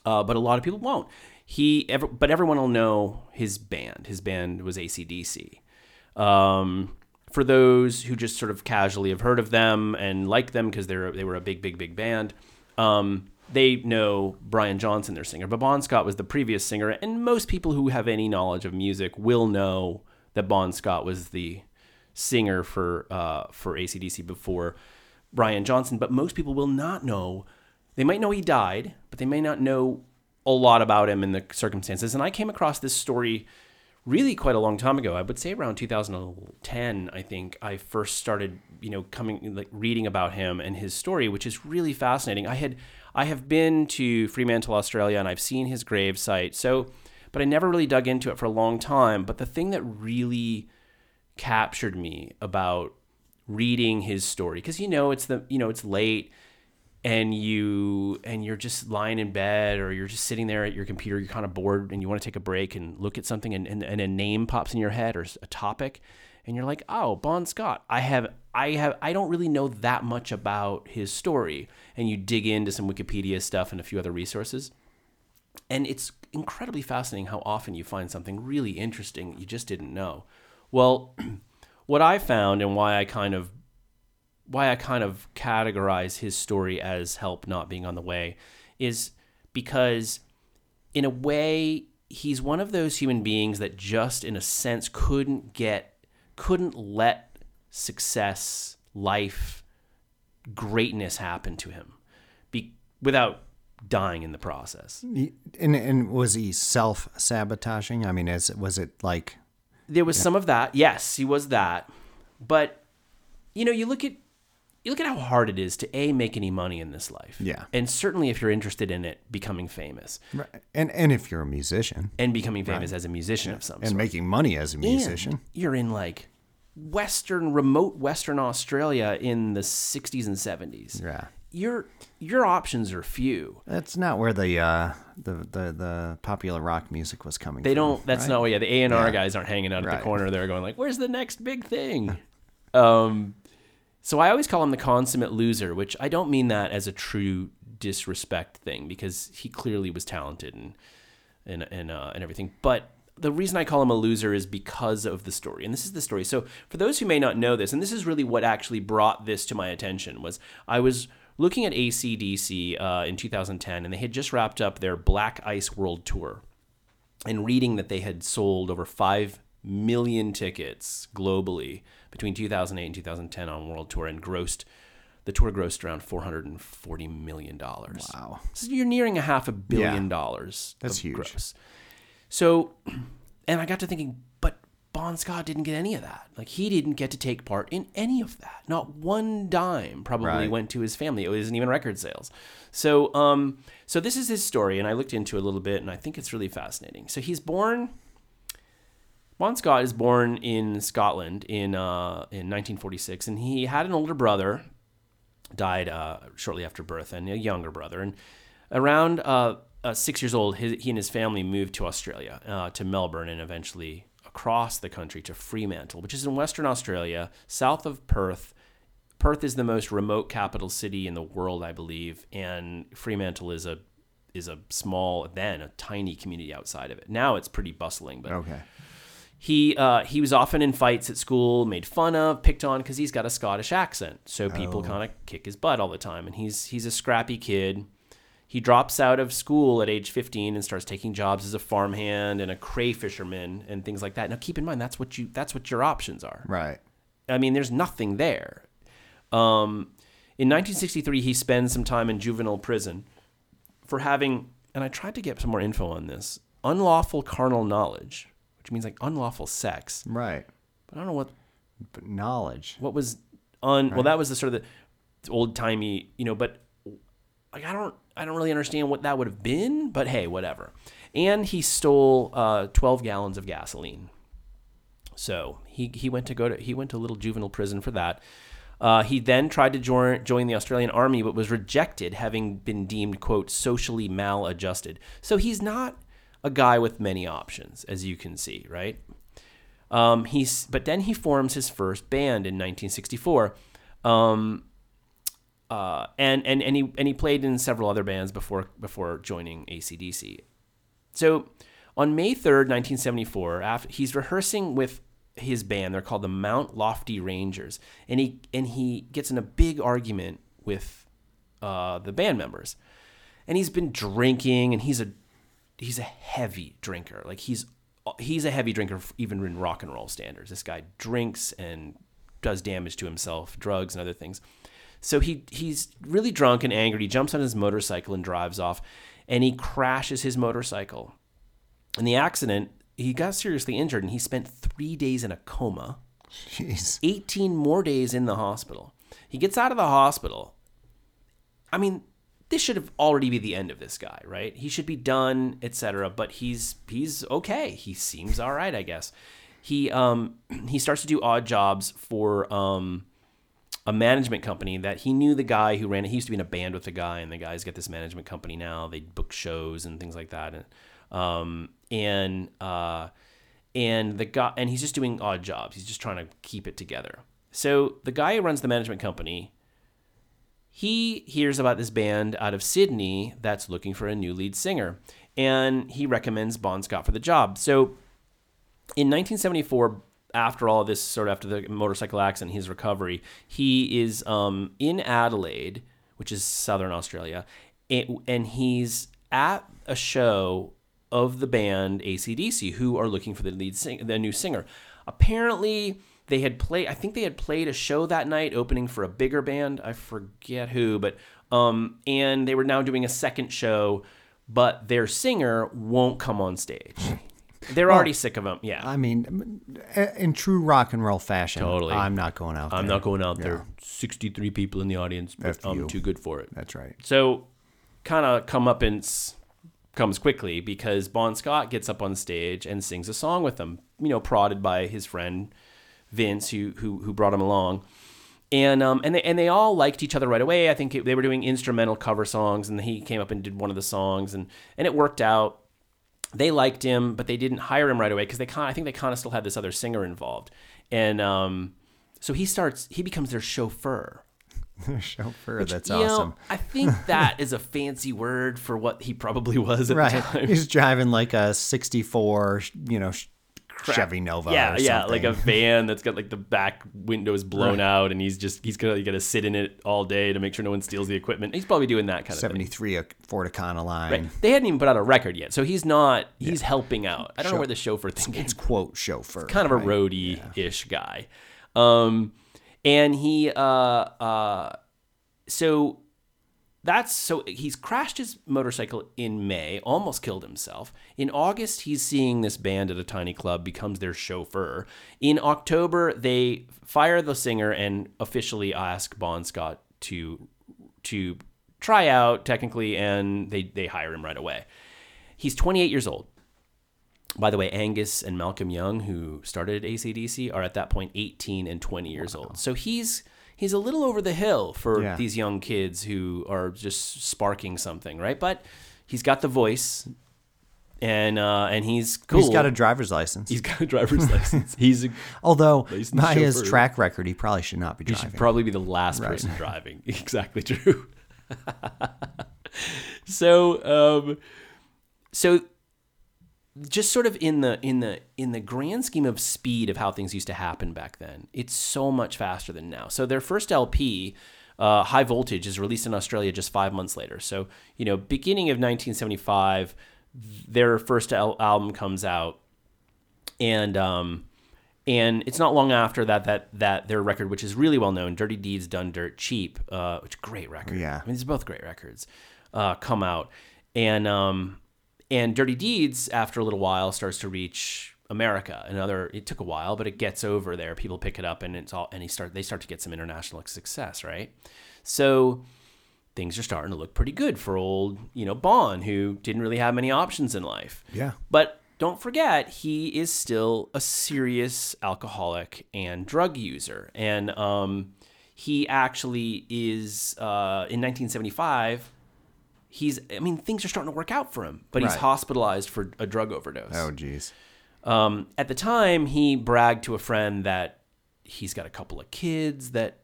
uh, but a lot of people won't. He, ever, but everyone will know his band. His band was ACDC. Um, for those who just sort of casually have heard of them and like them because they're they were a big, big, big band. Um, they know Brian Johnson, their singer, but Bon Scott was the previous singer, and most people who have any knowledge of music will know that Bon Scott was the singer for uh, for ACDC before Brian Johnson. But most people will not know. They might know he died, but they may not know a lot about him and the circumstances. And I came across this story really quite a long time ago. I would say around 2010, I think I first started, you know, coming like reading about him and his story, which is really fascinating. I had I have been to Fremantle, Australia, and I've seen his grave site. So, but I never really dug into it for a long time. But the thing that really captured me about reading his story, because you know it's the you know it's late and you and you're just lying in bed or you're just sitting there at your computer you're kind of bored and you want to take a break and look at something and, and, and a name pops in your head or a topic and you're like oh bon scott i have i have i don't really know that much about his story and you dig into some wikipedia stuff and a few other resources and it's incredibly fascinating how often you find something really interesting you just didn't know well what i found and why i kind of why I kind of categorize his story as help not being on the way is because in a way he's one of those human beings that just in a sense couldn't get couldn't let success, life, greatness happen to him be, without dying in the process. And and was he self sabotaging? I mean, is was it like There was some of that. Yes, he was that. But you know, you look at you look at how hard it is to a make any money in this life. Yeah. and certainly if you're interested in it, becoming famous and and if you're a musician and becoming famous as a musician of some and sort. making money as a musician, And you're in like Western, remote Western Australia in the '60s and '70s. yeah, Your your options are few. that's not where the uh, the, the the popular rock music was coming. They don't. That's not what. Yeah, the A and R Yeah. guys aren't hanging out at Right. the corner. They're going like, "Where's the next big thing?" um, so I always call him the consummate loser, which I don't mean that as a true disrespect thing because he clearly was talented and and and uh, and everything. But the reason I call him a loser is because of the story, and this is the story. So for those who may not know this, and this is really what actually brought this to my attention was I was looking at ACDC uh, in 2010, and they had just wrapped up their Black Ice World Tour and reading that they had sold over 5 million tickets globally between 2008 and 2010 on world tour and grossed the tour grossed around 440 million dollars Wow. so you're nearing a half a billion dollars That's of huge. gross. so and i got to thinking but bon scott didn't get any of that like he didn't get to take part in any of that not one dime probably Right. went to his family it wasn't even record sales so um so this is his story and i looked into it a little bit and i think it's really fascinating so he's born Bon Scott is born in Scotland in uh, in 1946, and he had an older brother, died uh, shortly after birth, and a younger brother. And around uh, uh, six years old, his, he and his family moved to Australia, uh, to Melbourne, and eventually across the country to Fremantle, which is in Western Australia, south of Perth. Perth is the most remote capital city in the world, I believe, and Fremantle is a is a small then a tiny community outside of it. Now it's pretty bustling, but Okay, he uh, he was often in fights at school, made fun of, picked on because he's got a Scottish accent. So people kind of kick his butt all the time, and he's he's a scrappy kid. He drops out of school at age 15 and starts taking jobs as a farmhand and a cray fisherman and things like that. Now keep in mind that's what you that's what your options are. right. I mean, there's nothing there. Um, in 1963, he spends some time in juvenile prison for having, and I tried to get some more info on this, unlawful carnal knowledge, which means like unlawful sex. Right. But I don't know what But knowledge. what was on. Well, that was the sort of the old timey, you know. But like, I don't, I don't really understand what that would have been. But hey, whatever. And he stole uh, 12 gallons of gasoline. So he, he went to go to he went to a little juvenile prison for that. Uh, he then tried to join, join the Australian army, but was rejected, having been deemed quote socially maladjusted. So he's not a guy with many options, as you can see, right? Um, he's but then he forms his first band in 1964. Um, uh, and, and and he and he played in several other bands before before joining ACDC. So on May 3rd, 1974, after, he's rehearsing with his band. They're called the Mount Lofty Rangers. And he, and he gets in a big argument with uh, the band members. and he's been drinking and he's a he's a heavy drinker. Like he's he's a heavy drinker even in rock and roll standards. This guy drinks and does damage to himself, drugs and other things. So he he's really drunk and angry. He jumps on his motorcycle and drives off, and he crashes his motorcycle. In the accident, he got seriously injured and he spent three days in a coma, Jeez. 18 more days in the hospital. He gets out of the hospital. I mean, this should have already be the end of this guy, right? He should be done, etc. But he's he's okay. He seems all right, I guess. He um he starts to do odd jobs for um a management company that he knew the guy who ran it. He used to be in a band with the guy, and the guy's got this management company now. They book shows and things like that, and um, and uh, and the guy and he's just doing odd jobs. He's just trying to keep it together. So the guy who runs the management company, he hears about this band out of Sydney that's looking for a new lead singer, and he recommends Bon Scott for the job. So in 1974 after all this sort of after the motorcycle accident his recovery he is um, in adelaide which is southern australia it, and he's at a show of the band acdc who are looking for the lead sing- the new singer apparently they had played i think they had played a show that night opening for a bigger band i forget who but um, and they were now doing a second show but their singer won't come on stage they're already sick of him yeah I mean, in true rock and roll fashion, Totally. I'm not going out there. I'm not going out there. 63 people in the audience, but F I'm you. too good for it. That's right. So, kind of comeuppance comes quickly because Bon Scott gets up on stage and sings a song with them, you know, prodded by his friend Vince, who who, who brought him along. And, um, and, they, and they all liked each other right away. I think it, they were doing instrumental cover songs, and he came up and did one of the songs, and, and it worked out they liked him, but they didn't hire him right away because they kind I think they kind of still had this other singer involved, and um, so he starts he becomes their chauffeur. Chauffeur, that's You know, awesome. I think that is a fancy word for what he probably was at the right. time. He's driving like a 64, you know, sh- Chevy Nova. Yeah, or yeah, something. like a van that's got like the back windows blown out, and he's just he's gonna, he's gonna sit in it all day to make sure no one steals the equipment. He's probably doing that kind of thing. 73 a Ford Econoline. Right. They hadn't even put out a record yet, so he's not he's helping out. I don't know where the chauffeur thing came It's quote chauffeur. kind of a roadie ish guy. Um, and he, uh, uh, so that's so he's crashed his motorcycle in May, almost killed himself. In August, he's seeing this band at a tiny club, becomes their chauffeur. In October, they fire the singer and officially ask Bon Scott to to try out technically, and they they hire him right away. He's 28 years old. By the way, Angus and Malcolm Young, who started ACDC, are at that point 18 and 20 years old. So he's he's a little over the hill for Yeah. these young kids who are just sparking something, right? But he's got the voice, and uh, and he's cool. He's got a driver's license. he's got a driver's license. He's a, Although, Licensed by his chauffeur. track record, he probably should not be he driving. should probably be the last person driving. exactly true. so um, so just sort of in the in the in the grand scheme of speed of how things used to happen back then, it's so much faster than now. So their first LP, uh, High Voltage, is released in Australia just five months later. So you know, beginning of 1975, their first al- album comes out, and um, and it's not long after that that that their record, which is really well known, "Dirty Deeds Done Dirt Cheap," uh, which is a great record. Yeah. I mean, these are both great records. Uh, come out and um, and Dirty Deeds after a little while starts to reach America. Another it took a while, but it gets over there. People pick it up, and it's all and he start they start to get some international success, right? So things are starting to look pretty good for old you know Bond, who didn't really have many options in life. Yeah. But don't forget, he is still a serious alcoholic and drug user. And um, he actually is, uh, in 1975, he's, I mean, things are starting to work out for him, but he's Right. hospitalized for a drug overdose. Oh, jeez. Um, at the time, he bragged to a friend that he's got a couple of kids that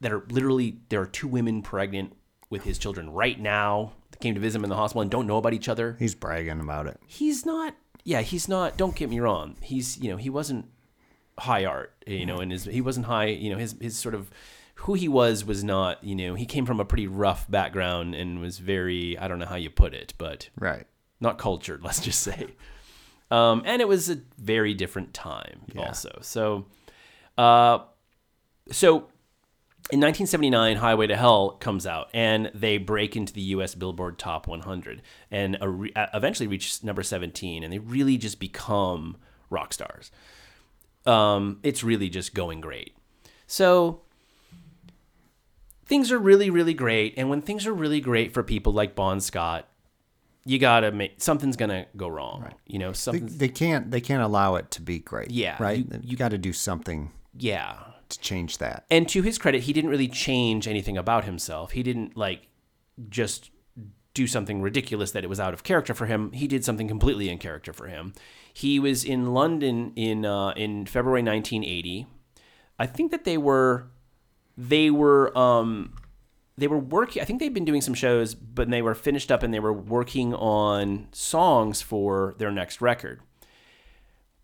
that are literally there are two women pregnant with his children right now. That came to visit him in the hospital and don't know about each other He's bragging about it. he's not yeah he's not don't get me wrong he's you know he wasn't high art you know and his he wasn't high you know his his sort of who he was was not, you know, he came from a pretty rough background and was very, I don't know how you put it, but Right. not cultured, let's just say. Um, and it was a very different time also. So, uh, so in 1979, Highway to Hell comes out, and they break into the U.S. Billboard Top 100, and a re- uh, eventually reach number 17, and they really just become rock stars. Um, it's really just going great. So things are really, really great, and when things are really great for people like Bon Scott, you gotta make something's gonna go wrong. You know, They, something. they can't they can't allow it to be great. Yeah, Right. you- You, got to do something yeah, to change that. and to his credit, he didn't really change anything about himself. He didn't like just do something ridiculous that it was out of character for him. He did something completely in character for him. He was in London in uh, in February 1980. I think that they were they were um they were working i think they'd been doing some shows but they were finished up and they were working on songs for their next record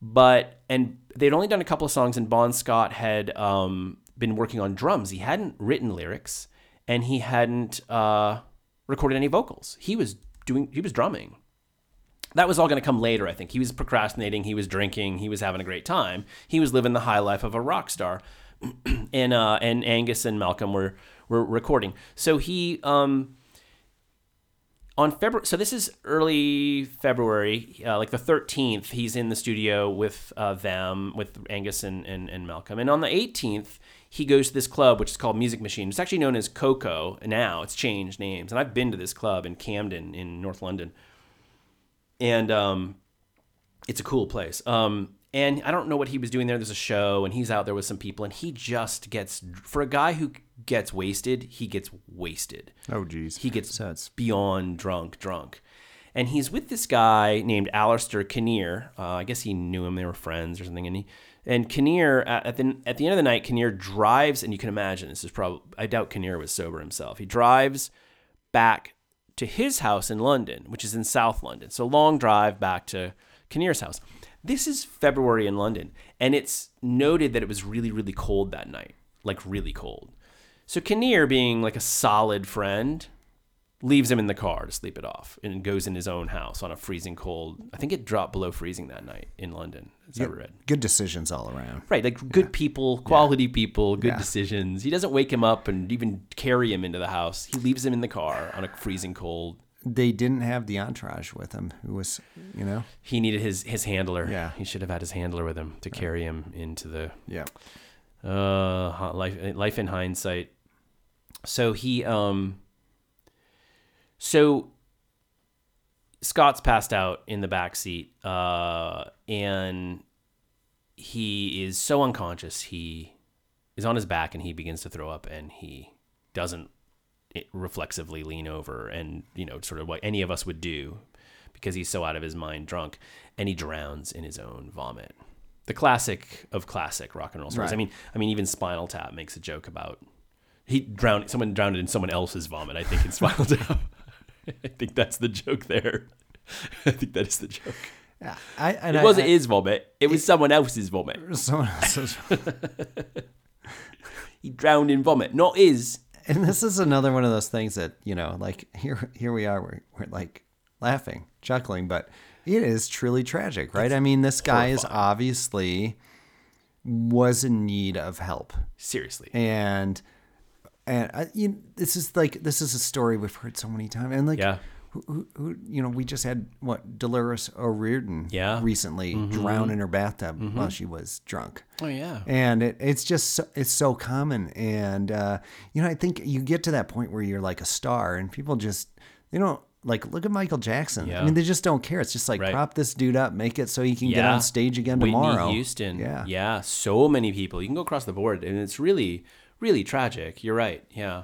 but and they'd only done a couple of songs and bon scott had um, been working on drums he hadn't written lyrics and he hadn't uh, recorded any vocals he was doing he was drumming that was all going to come later i think he was procrastinating he was drinking he was having a great time he was living the high life of a rock star and uh, and Angus and Malcolm were were recording. So he um on February. So this is early February, uh, like the thirteenth. He's in the studio with uh, them, with Angus and, and and Malcolm. And on the eighteenth, he goes to this club which is called Music Machine. It's actually known as Coco now. It's changed names, and I've been to this club in Camden in North London. And um, it's a cool place. Um, and I don't know what he was doing there. There's a show, and he's out there with some people, and he just gets for a guy who gets wasted, he gets wasted. Oh geez. He gets So it's- beyond drunk, drunk. And he's with this guy named Alistair Kinnear. Uh, I guess he knew him; they were friends or something. And he and Kinnear at, at the at the end of the night, Kinnear drives, and you can imagine this is probably. I doubt Kinnear was sober himself. He drives back to his house in London, which is in South London. So long drive back to Kinnear's house. This is February in London, and it's noted that it was really, really cold that night, like really cold. So Kinnear, being like a solid friend, leaves him in the car to sleep it off and goes in his own house on a freezing cold. I think it dropped below freezing that night in London, as I read. Good decisions all around. Right, like good people, quality people, good decisions. He doesn't wake him up and even carry him into the house. He leaves him in the car on a freezing cold. They didn't have the entourage with him. Who was you know? He needed his his handler. Yeah. he should have had his handler with him to carry him into the Yeah. uh hi- life life in hindsight. So he um. So Scott's passed out in the back seat, uh, and he is so unconscious he is on his back and he begins to throw up and he doesn't it reflexively lean over and you know sort of what any of us would do because he's so out of his mind drunk and he drowns in his own vomit the classic of classic rock and roll stories i Right. mean i mean even spinal tap makes a joke about he drowned someone drowned in someone else's vomit i think in spinal tap i think that's the joke there i think that is the joke I and it I- wasn't I- his vomit it was someone else's vomit someone else's he drowned in vomit not his and this is another one of those things that you know like here here we are we're, we're like laughing chuckling but it is truly tragic right i mean this guy is obviously was in need of help seriously and and I, you, this is like this is a story we've heard so many times and like Yeah. who, who, who you know we just had what dolores o'riordan Yeah. Mm-hmm. recently drowned in her bathtub while she was drunk oh yeah and it, it's just so, it's so common and uh, you know i think you get to that point where you're like a star and people just they don't like look at michael jackson Yeah. i mean they just don't care it's just like Right. prop this dude up make it so he can get Yeah. on stage again Whitney tomorrow Houston. yeah Yeah. So many people. You can go across the board and it's really, really tragic. You're right. Yeah.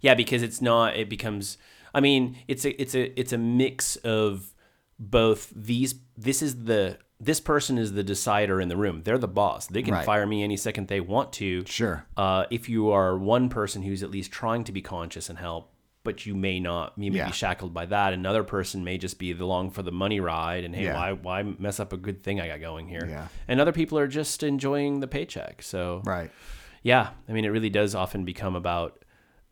Yeah, because it's not it becomes I mean, it's a it's a it's a mix of both these this is the this person is the decider in the room. They're the boss. They can Right. fire me any second they want to. sure Uh, if you are one person who's at least trying to be conscious and help, but you may not, you may Yeah. be shackled by that. Another person may just be along for the money ride, and hey, Yeah. why why mess up a good thing I got going here? Yeah. And other people are just enjoying the paycheck. So right yeah, I mean, it really does often become about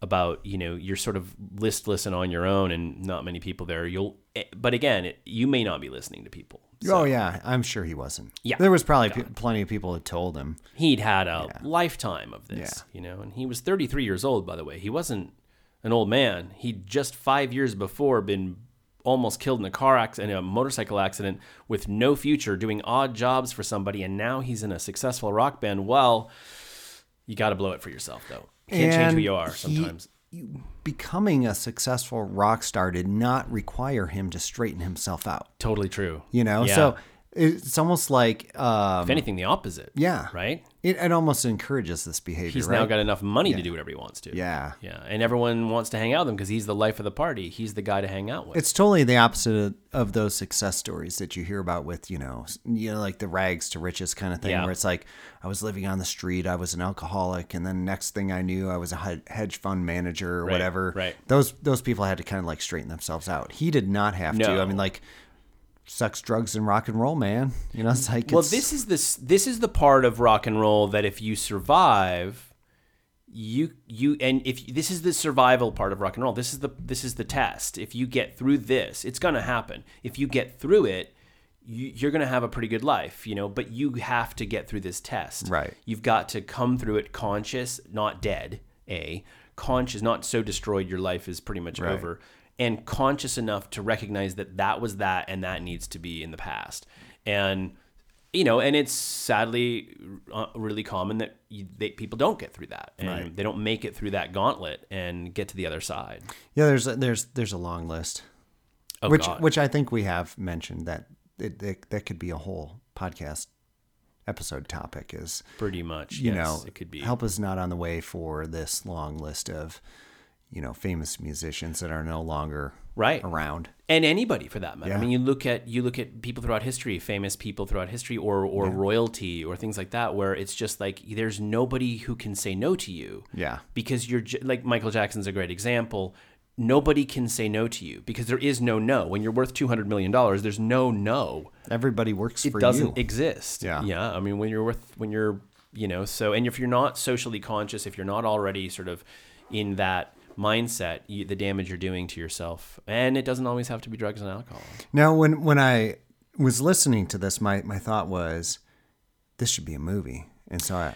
about you know you're sort of listless and on your own, and not many people there. You'll, eh, but again, it, you may not be listening to people. So oh yeah, I'm sure he wasn't. Yeah. there was probably p- plenty of people that told him. he'd had a lifetime of this, you know, and he was 33 years old, by the way. He wasn't an old man. He'd just five years before been almost killed in a car accident, in a motorcycle accident, with no future, doing odd jobs for somebody, and now he's in a successful rock band. Well, you got to blow it for yourself, though. You can't change who And you are he- sometimes. you- Becoming a successful rock star did not require him to straighten himself out. totally true. You know, Yeah. so it's almost like, um, if anything, the opposite. yeah, Right? It, it almost encourages this behavior. He's right? now got enough money to do whatever he wants to. yeah. Yeah. And everyone wants to hang out with him because he's the life of the party. He's the guy to hang out with. It's totally the opposite of, of those success stories that you hear about with, you know, s- you know, like the rags to riches kind of thing, Yeah. where it's like, I was living on the street, I was an alcoholic, and then next thing I knew, I was a hed- hedge fund manager or whatever. right. Those those people had to kind of like straighten themselves out. He did not have to. No. I mean, like, sex, drugs, and rock and roll, man. You know, it's like, Well, it's- this is this this is the part of rock and roll that if you survive, you you and if this is the survival part of rock and roll, this is the this is the test. If you get through this, it's gonna happen. If you get through it, you, you're gonna have a pretty good life, you know. But you have to get through this test. Right. You've got to come through it conscious, not dead. A conscious, not so destroyed your life is pretty much over, and conscious enough to recognize that that was that, and that needs to be in the past. And you know, and it's sadly uh, really common that, you, that people don't get through that, and they don't make it through that gauntlet and get to the other side. yeah. There's a, there's there's a long list, Oh which God. which I think we have mentioned that it, it, that could be a whole podcast episode topic is pretty much, you yes, know, it could be. help is not on the way for this long list of, you know, famous musicians that are no longer Right. around. and anybody for that matter. I Yeah. mean, you look at you look at people throughout history, famous people throughout history, or or royalty or things like that, where it's just like there's nobody who can say no to you. Yeah. because you're j- like Michael Jackson's a great example. Nobody can say no to you because there is no no. When you're worth two hundred million dollars, there's no no. Everybody works for doesn't you. exist. Yeah. Yeah. I mean, when you're with, when you're, you know, so, and if you're not socially conscious, if you're not already sort of in that mindset, you, the damage you're doing to yourself. And it doesn't always have to be drugs and alcohol. Now, when when I was listening to this, my my thought was, this should be a movie, and so I,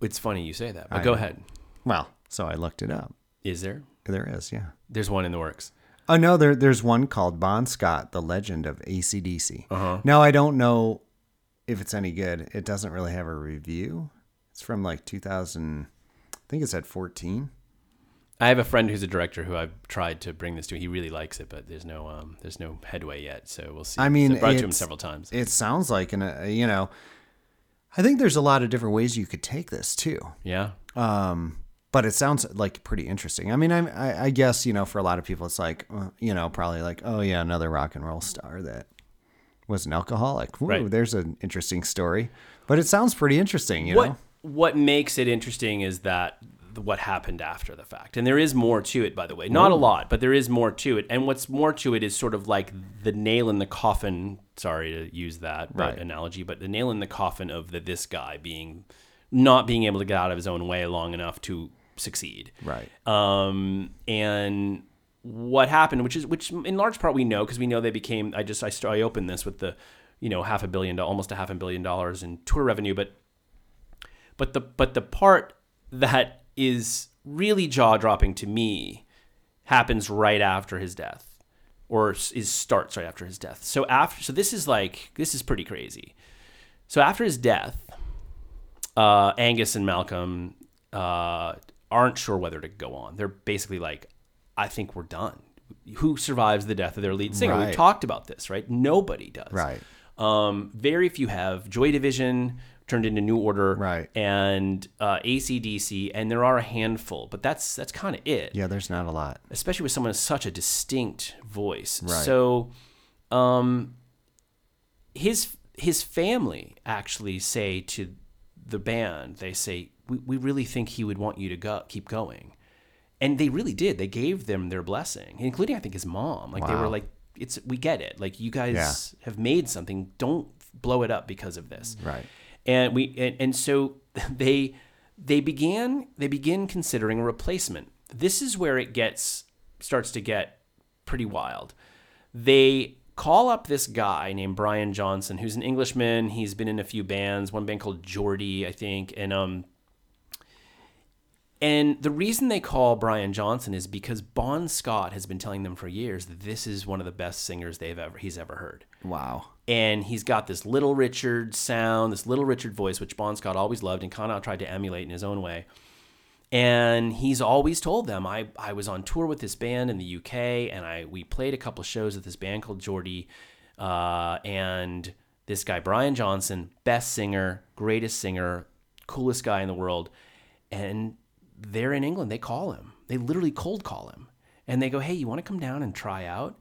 It's funny you say that, but go ahead. well, so I looked it up. Is there? There is, yeah. There's one in the works. Oh no, there there's one called Bon Scott: The Legend of ACDC. Uh-huh. Now I don't know if it's any good. It doesn't really have a review. It's from like 2000. I think it's at 14. I have a friend who's a director who I've tried to bring this to. He really likes it, but there's no, um, there's no headway yet. So we'll see. I mean, So I brought it to him it's- several times. It sounds like, and uh, you know, I think there's a lot of different ways you could take this too. yeah. Um, but it sounds like pretty interesting. I mean, I'm- I, I guess you know, for a lot of people, it's like uh, you know, probably like, oh yeah, another rock and roll star that was an alcoholic. Woo, Right. There's an interesting story, but it sounds pretty interesting. You know, what what makes it interesting is that th- what happened after the fact and there is more to it by the way not a lot but there is more to it and what's more to it is sort of like the nail in the coffin sorry to use that but Right. analogy but the nail in the coffin of the, this guy being not being able to get out of his own way long enough to succeed right? um, and what happened, which is which in large part we know because we know they became. I just I, st- I opened this with the you know half a billion do- almost a half a billion dollars in tour revenue, but but the but the part that is really jaw dropping to me happens right after his death or s- is starts right after his death. So after so this is like this is pretty crazy. So after his death, uh, Angus and Malcolm uh, aren't sure whether to go on. They're basically like, I think we're done. Who survives the death of their lead singer? We've Right. talked about this, right? Nobody does. Right. Um, very few have. Joy Division turned into New Order. Right. And uh, ACDC, and there are a handful, but that's that's kind of it Yeah, there's not a lot. especially with someone with such a distinct voice. Right. So, um, his his family actually say to the band, they say, "We we really think he would want you to go keep going," and they really did. They gave them their blessing, including I think his mom. Like they were Wow. like, "It's we get it. Like you guys have made something. Don't blow it up because of this." Right. and we and, and so they they began they begin considering a replacement. This is where it gets starts to get pretty wild. They call up this guy named Brian Johnson, who's an Englishman. He's been in a few bands, one band called Geordie, I think, and um and the reason they call Brian Johnson is because Bon Scott has been telling them for years that this is one of the best singers they've ever he's ever heard Wow. and he's got this little Richard sound, this little Richard voice, which Bon Scott always loved and Connow tried to emulate in his own way. And he's always told them, I, I was on tour with this band in the UK, and I we played a couple shows with this band called Geordie, uh, and this guy Brian Johnson, best singer, greatest singer, coolest guy in the world, and they're in England. They call him. They literally cold call him, and they go, Hey, you want to come down and try out?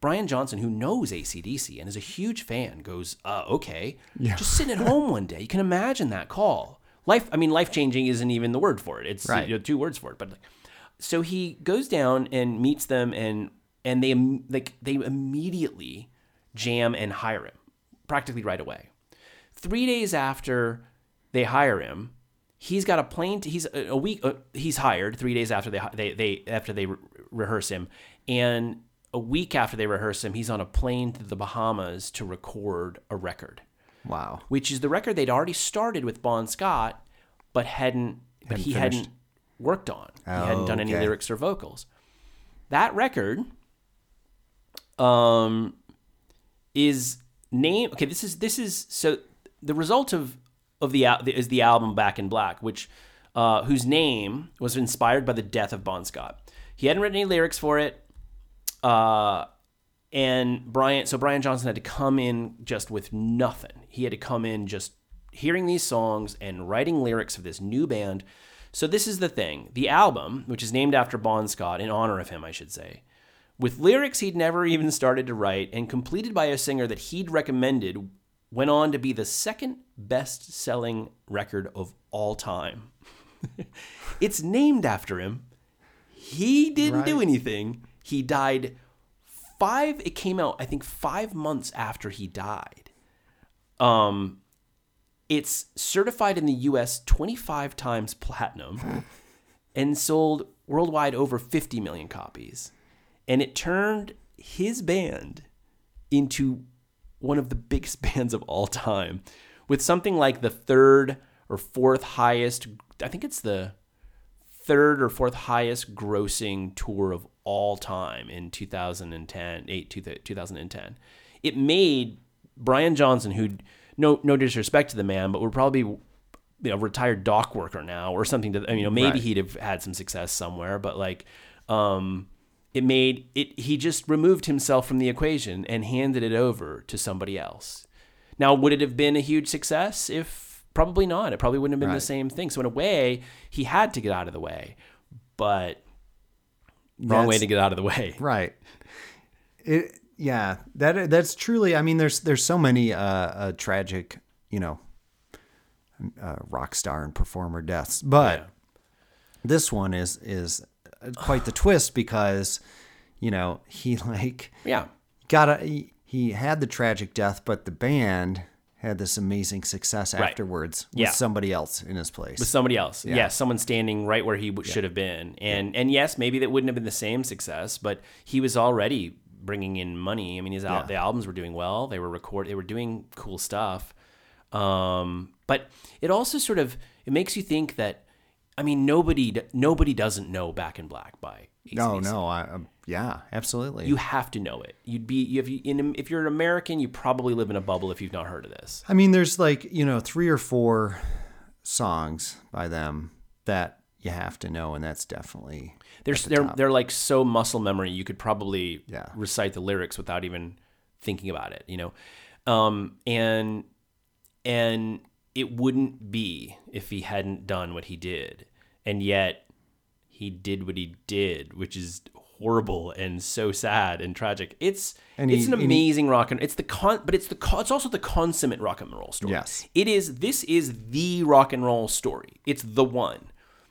Brian Johnson, who knows ACDC and is a huge fan, goes, uh, okay. Just sitting at home one day. You can imagine that call. Life, I mean, life changing isn't even the word for it. It's Right. you know, two words for it. But like, so he goes down and meets them, and and they im- like they immediately jam and hire him practically right away. Three days after they hire him, he's got a plane. To, he's a a week. Uh, he's hired three days after they hi- they they after they re- rehearse him, and a week after they rehearse him, he's on a plane to the Bahamas to record a record, Wow. which is the record they'd already started with Bon Scott, but hadn't but he finished. Oh, hadn't worked on. he hadn't done any Okay. lyrics or vocals. That record, um, is name okay this is this is so the result of of the al- is the album back in black which uh, whose name was inspired by the death of bon scott he hadn't written any lyrics for it uh, and brian so brian johnson had to come in just with nothing he had to come in just hearing these songs and writing lyrics for this new band so this is the thing the album which is named after bon scott in honor of him i should say with lyrics he'd never even started to write and completed by a singer that he'd recommended went on to be the second best selling record of all time. it's named after him. He didn't do anything. He died five, it came out, I think, five months after he died. Um, it's certified in the US 25 times platinum and sold worldwide over 50 million copies. And it turned his band into one of the biggest bands of all time with something like the third or fourth highest, I think it's the third or fourth highest grossing tour of all time in 2010, 8, 2010. It made Brian Johnson, who no no disrespect to the man, but would probably be you know, retired dock worker now or something to you know maybe Right. he'd have had some success somewhere, but like um it made it he just removed himself from the equation and handed it over to somebody else. Now, would it have been a huge success if probably not. It probably wouldn't have been the Right. same thing. So in a way, he had to get out of the way, but wrong way That's- to get out of the way. Right. It yeah, that that's truly I mean there's there's so many uh, uh tragic, you know, uh, rock star and performer deaths, but this one is is quite the twist because you know, he like Yeah. got a he, he had the tragic death, but the band had this amazing success afterwards with Yeah. somebody else in his place. With somebody else. Yeah. someone standing right where he w- should have been. And and yes, maybe that wouldn't have been the same success, but he was already bringing in money. I mean, his al- the albums were doing well. They were record they were doing cool stuff. Um, but it also sort of it makes you think that I mean, nobody d- nobody doesn't know Back in Black by no, no, I, um, yeah, absolutely. You have to know it. You'd be you- if you in, if you're an American, you probably live in a bubble if you've not heard of this. I mean, there's like, you know, three or four songs by them that you have to know, and that's definitely They're they're they're like so muscle memory. You could probably Yeah. recite the lyrics without even thinking about it. You know, um, and and it wouldn't be if he hadn't done what he did, and yet he did what he did, which is horrible and so sad and tragic. It's And it's he- an and he- amazing rock and it's the con, but it's the con, it's also the consummate rock and roll story. Yes. it is. This is the rock and roll story. It's the one.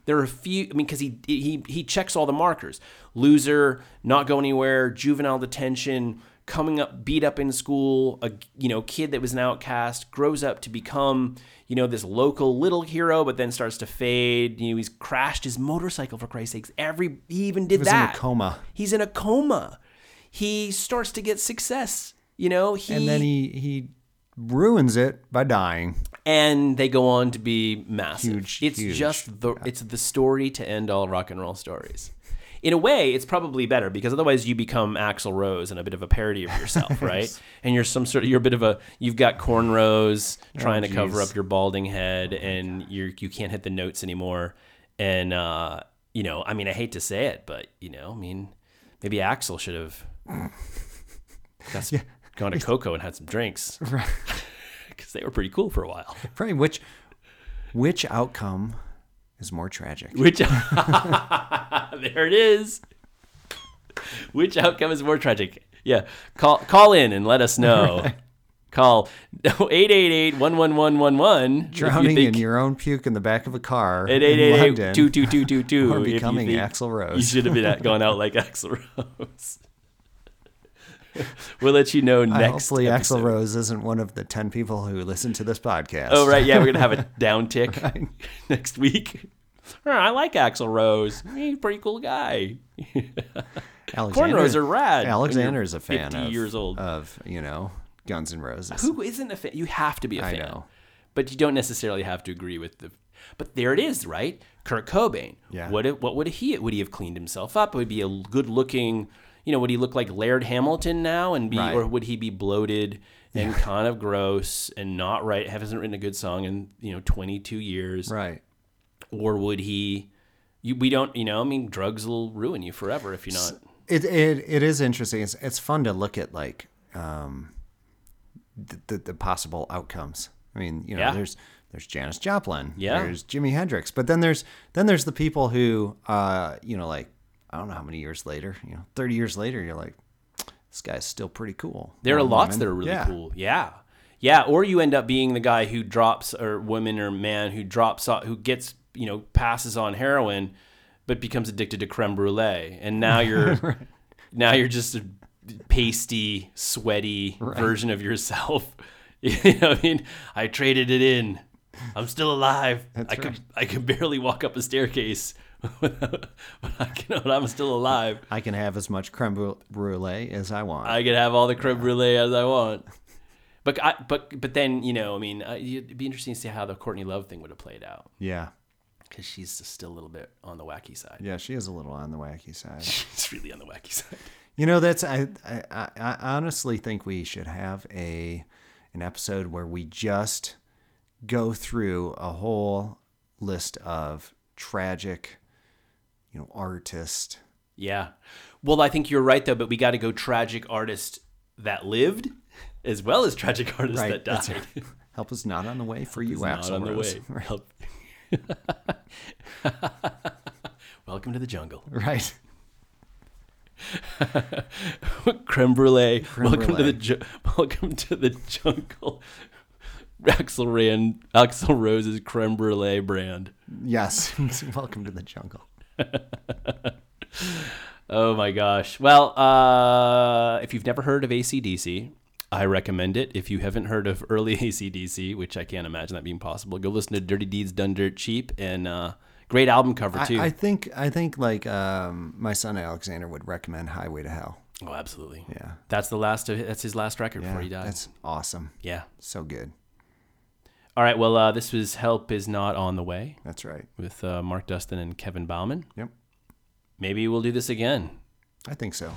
There are a few. I mean, because he he he checks all the markers: loser, not go anywhere, juvenile detention, coming up beat up in school, a you know kid that was an outcast grows up to become you know this local little hero, but then starts to fade. You know he's crashed his motorcycle for Christ's sakes. Every he even did was in a that. coma. He's in a coma. He starts to get success. You know he and then he he ruins it by dying. and they go on to be massive. Huge, it's huge. just the it's the story to end all rock and roll stories. In a way, it's probably better because otherwise you become Axl Rose and a bit of a parody of yourself, right? And you're some sort of you're a bit of a you've got cornrows Oh, trying to cover geez. up your balding head Oh, and you you can't hit the notes anymore. And uh, you know, I mean, I hate to say it, but you know, I mean, maybe Axl should have got some- gone to Coco and had some drinks Right. because they were pretty cool for a while. Right. Which which outcome is more tragic? Which there it is. Which outcome is more tragic? Yeah, call call in and let us know. Call 888-11111 if you Drowning in think- your own puke in the back of a car at in London. 888-22222 or if you becoming think Axl Rose. You should have been at- going out like Axl Rose. we'll let you know Uh, next. Hopefully, episode. Axl Rose isn't one of the ten people who listen to this podcast. Oh right, yeah, we're gonna have a down tick next week. Huh, I like Axl Rose. He's a pretty cool guy. Alexander, Cornrows are rad. Alexander when is a you're fan 50 of years old. of you know Guns N' Roses. Who isn't a fan? You have to be a fan. know. But you don't necessarily have to agree with the. But there it is, right? Kurt Cobain. Yeah. What? if- What would he? Would he have cleaned himself up? Would he be a good looking? You know, would he look like Laird Hamilton now and be, Right. or would he be bloated and kind of gross and not right? Hasn't written a good song in you know 22 years. Right. or would he you, we don't you know i mean drugs will ruin you forever if you're not It it it is interesting. It's it's fun to look at like um the the, the possible outcomes. I mean, you know, Yeah. there's there's Janis Joplin. Yeah. There's Jimi Hendrix. But then there's then there's the people who uh you know like I don't know how many years later, you know, 30 years later you're like this guy's still pretty cool. there are Or lots woman. that are really Yeah. cool yeah yeah or you end up being the guy who drops or woman or man who drops o- who gets you know passes on heroin but becomes addicted to creme brulee and now you're now you're just a pasty sweaty version of yourself you know what i mean i traded it in i'm still alive i could i could barely walk up a staircase but I can, but i'm still alive I can have as much creme brul- brulee as I want. I could have all the creme brulee as I want. But I, but but then you know, I mean, uh, it'd be interesting to see how the Courtney Love thing would have played out yeah. because she's just still a little bit on the wacky side. Yeah, she is a little on the wacky side. She's really on the wacky side. You know, that's I, I I I honestly think we should have a an episode where we just go through a whole list of tragic, you know, artist. Yeah. Well, I think you're right though, but we got to go tragic artist that lived as well as tragic artist Right, that died. that's Help us not on the way for you, Not Axel on the Rose. way. Help. Welcome to the jungle. Right. creme brulee. welcome to brulee. the ju- welcome to the jungle. Axel Rand, Axel Rose's creme brulee brand. Yes. Welcome to the jungle. Oh my gosh. Well, uh, if you've never heard of ACDC, I recommend it. If you haven't heard of early ACDC, which I can't imagine that being possible, go listen to Dirty Deeds Done Dirt Cheap and uh, great album cover too. I, I think I think like um, my son Alexander would recommend Highway to Hell. oh, absolutely. Yeah. That's the last of that's his last record before he died. That's awesome. Yeah. So good. All right. Well, uh, this was Help Is Not On The Way That's right. with uh, Mark Dustin and Kevin Bauman. Yep. Maybe we'll do this again. I think so.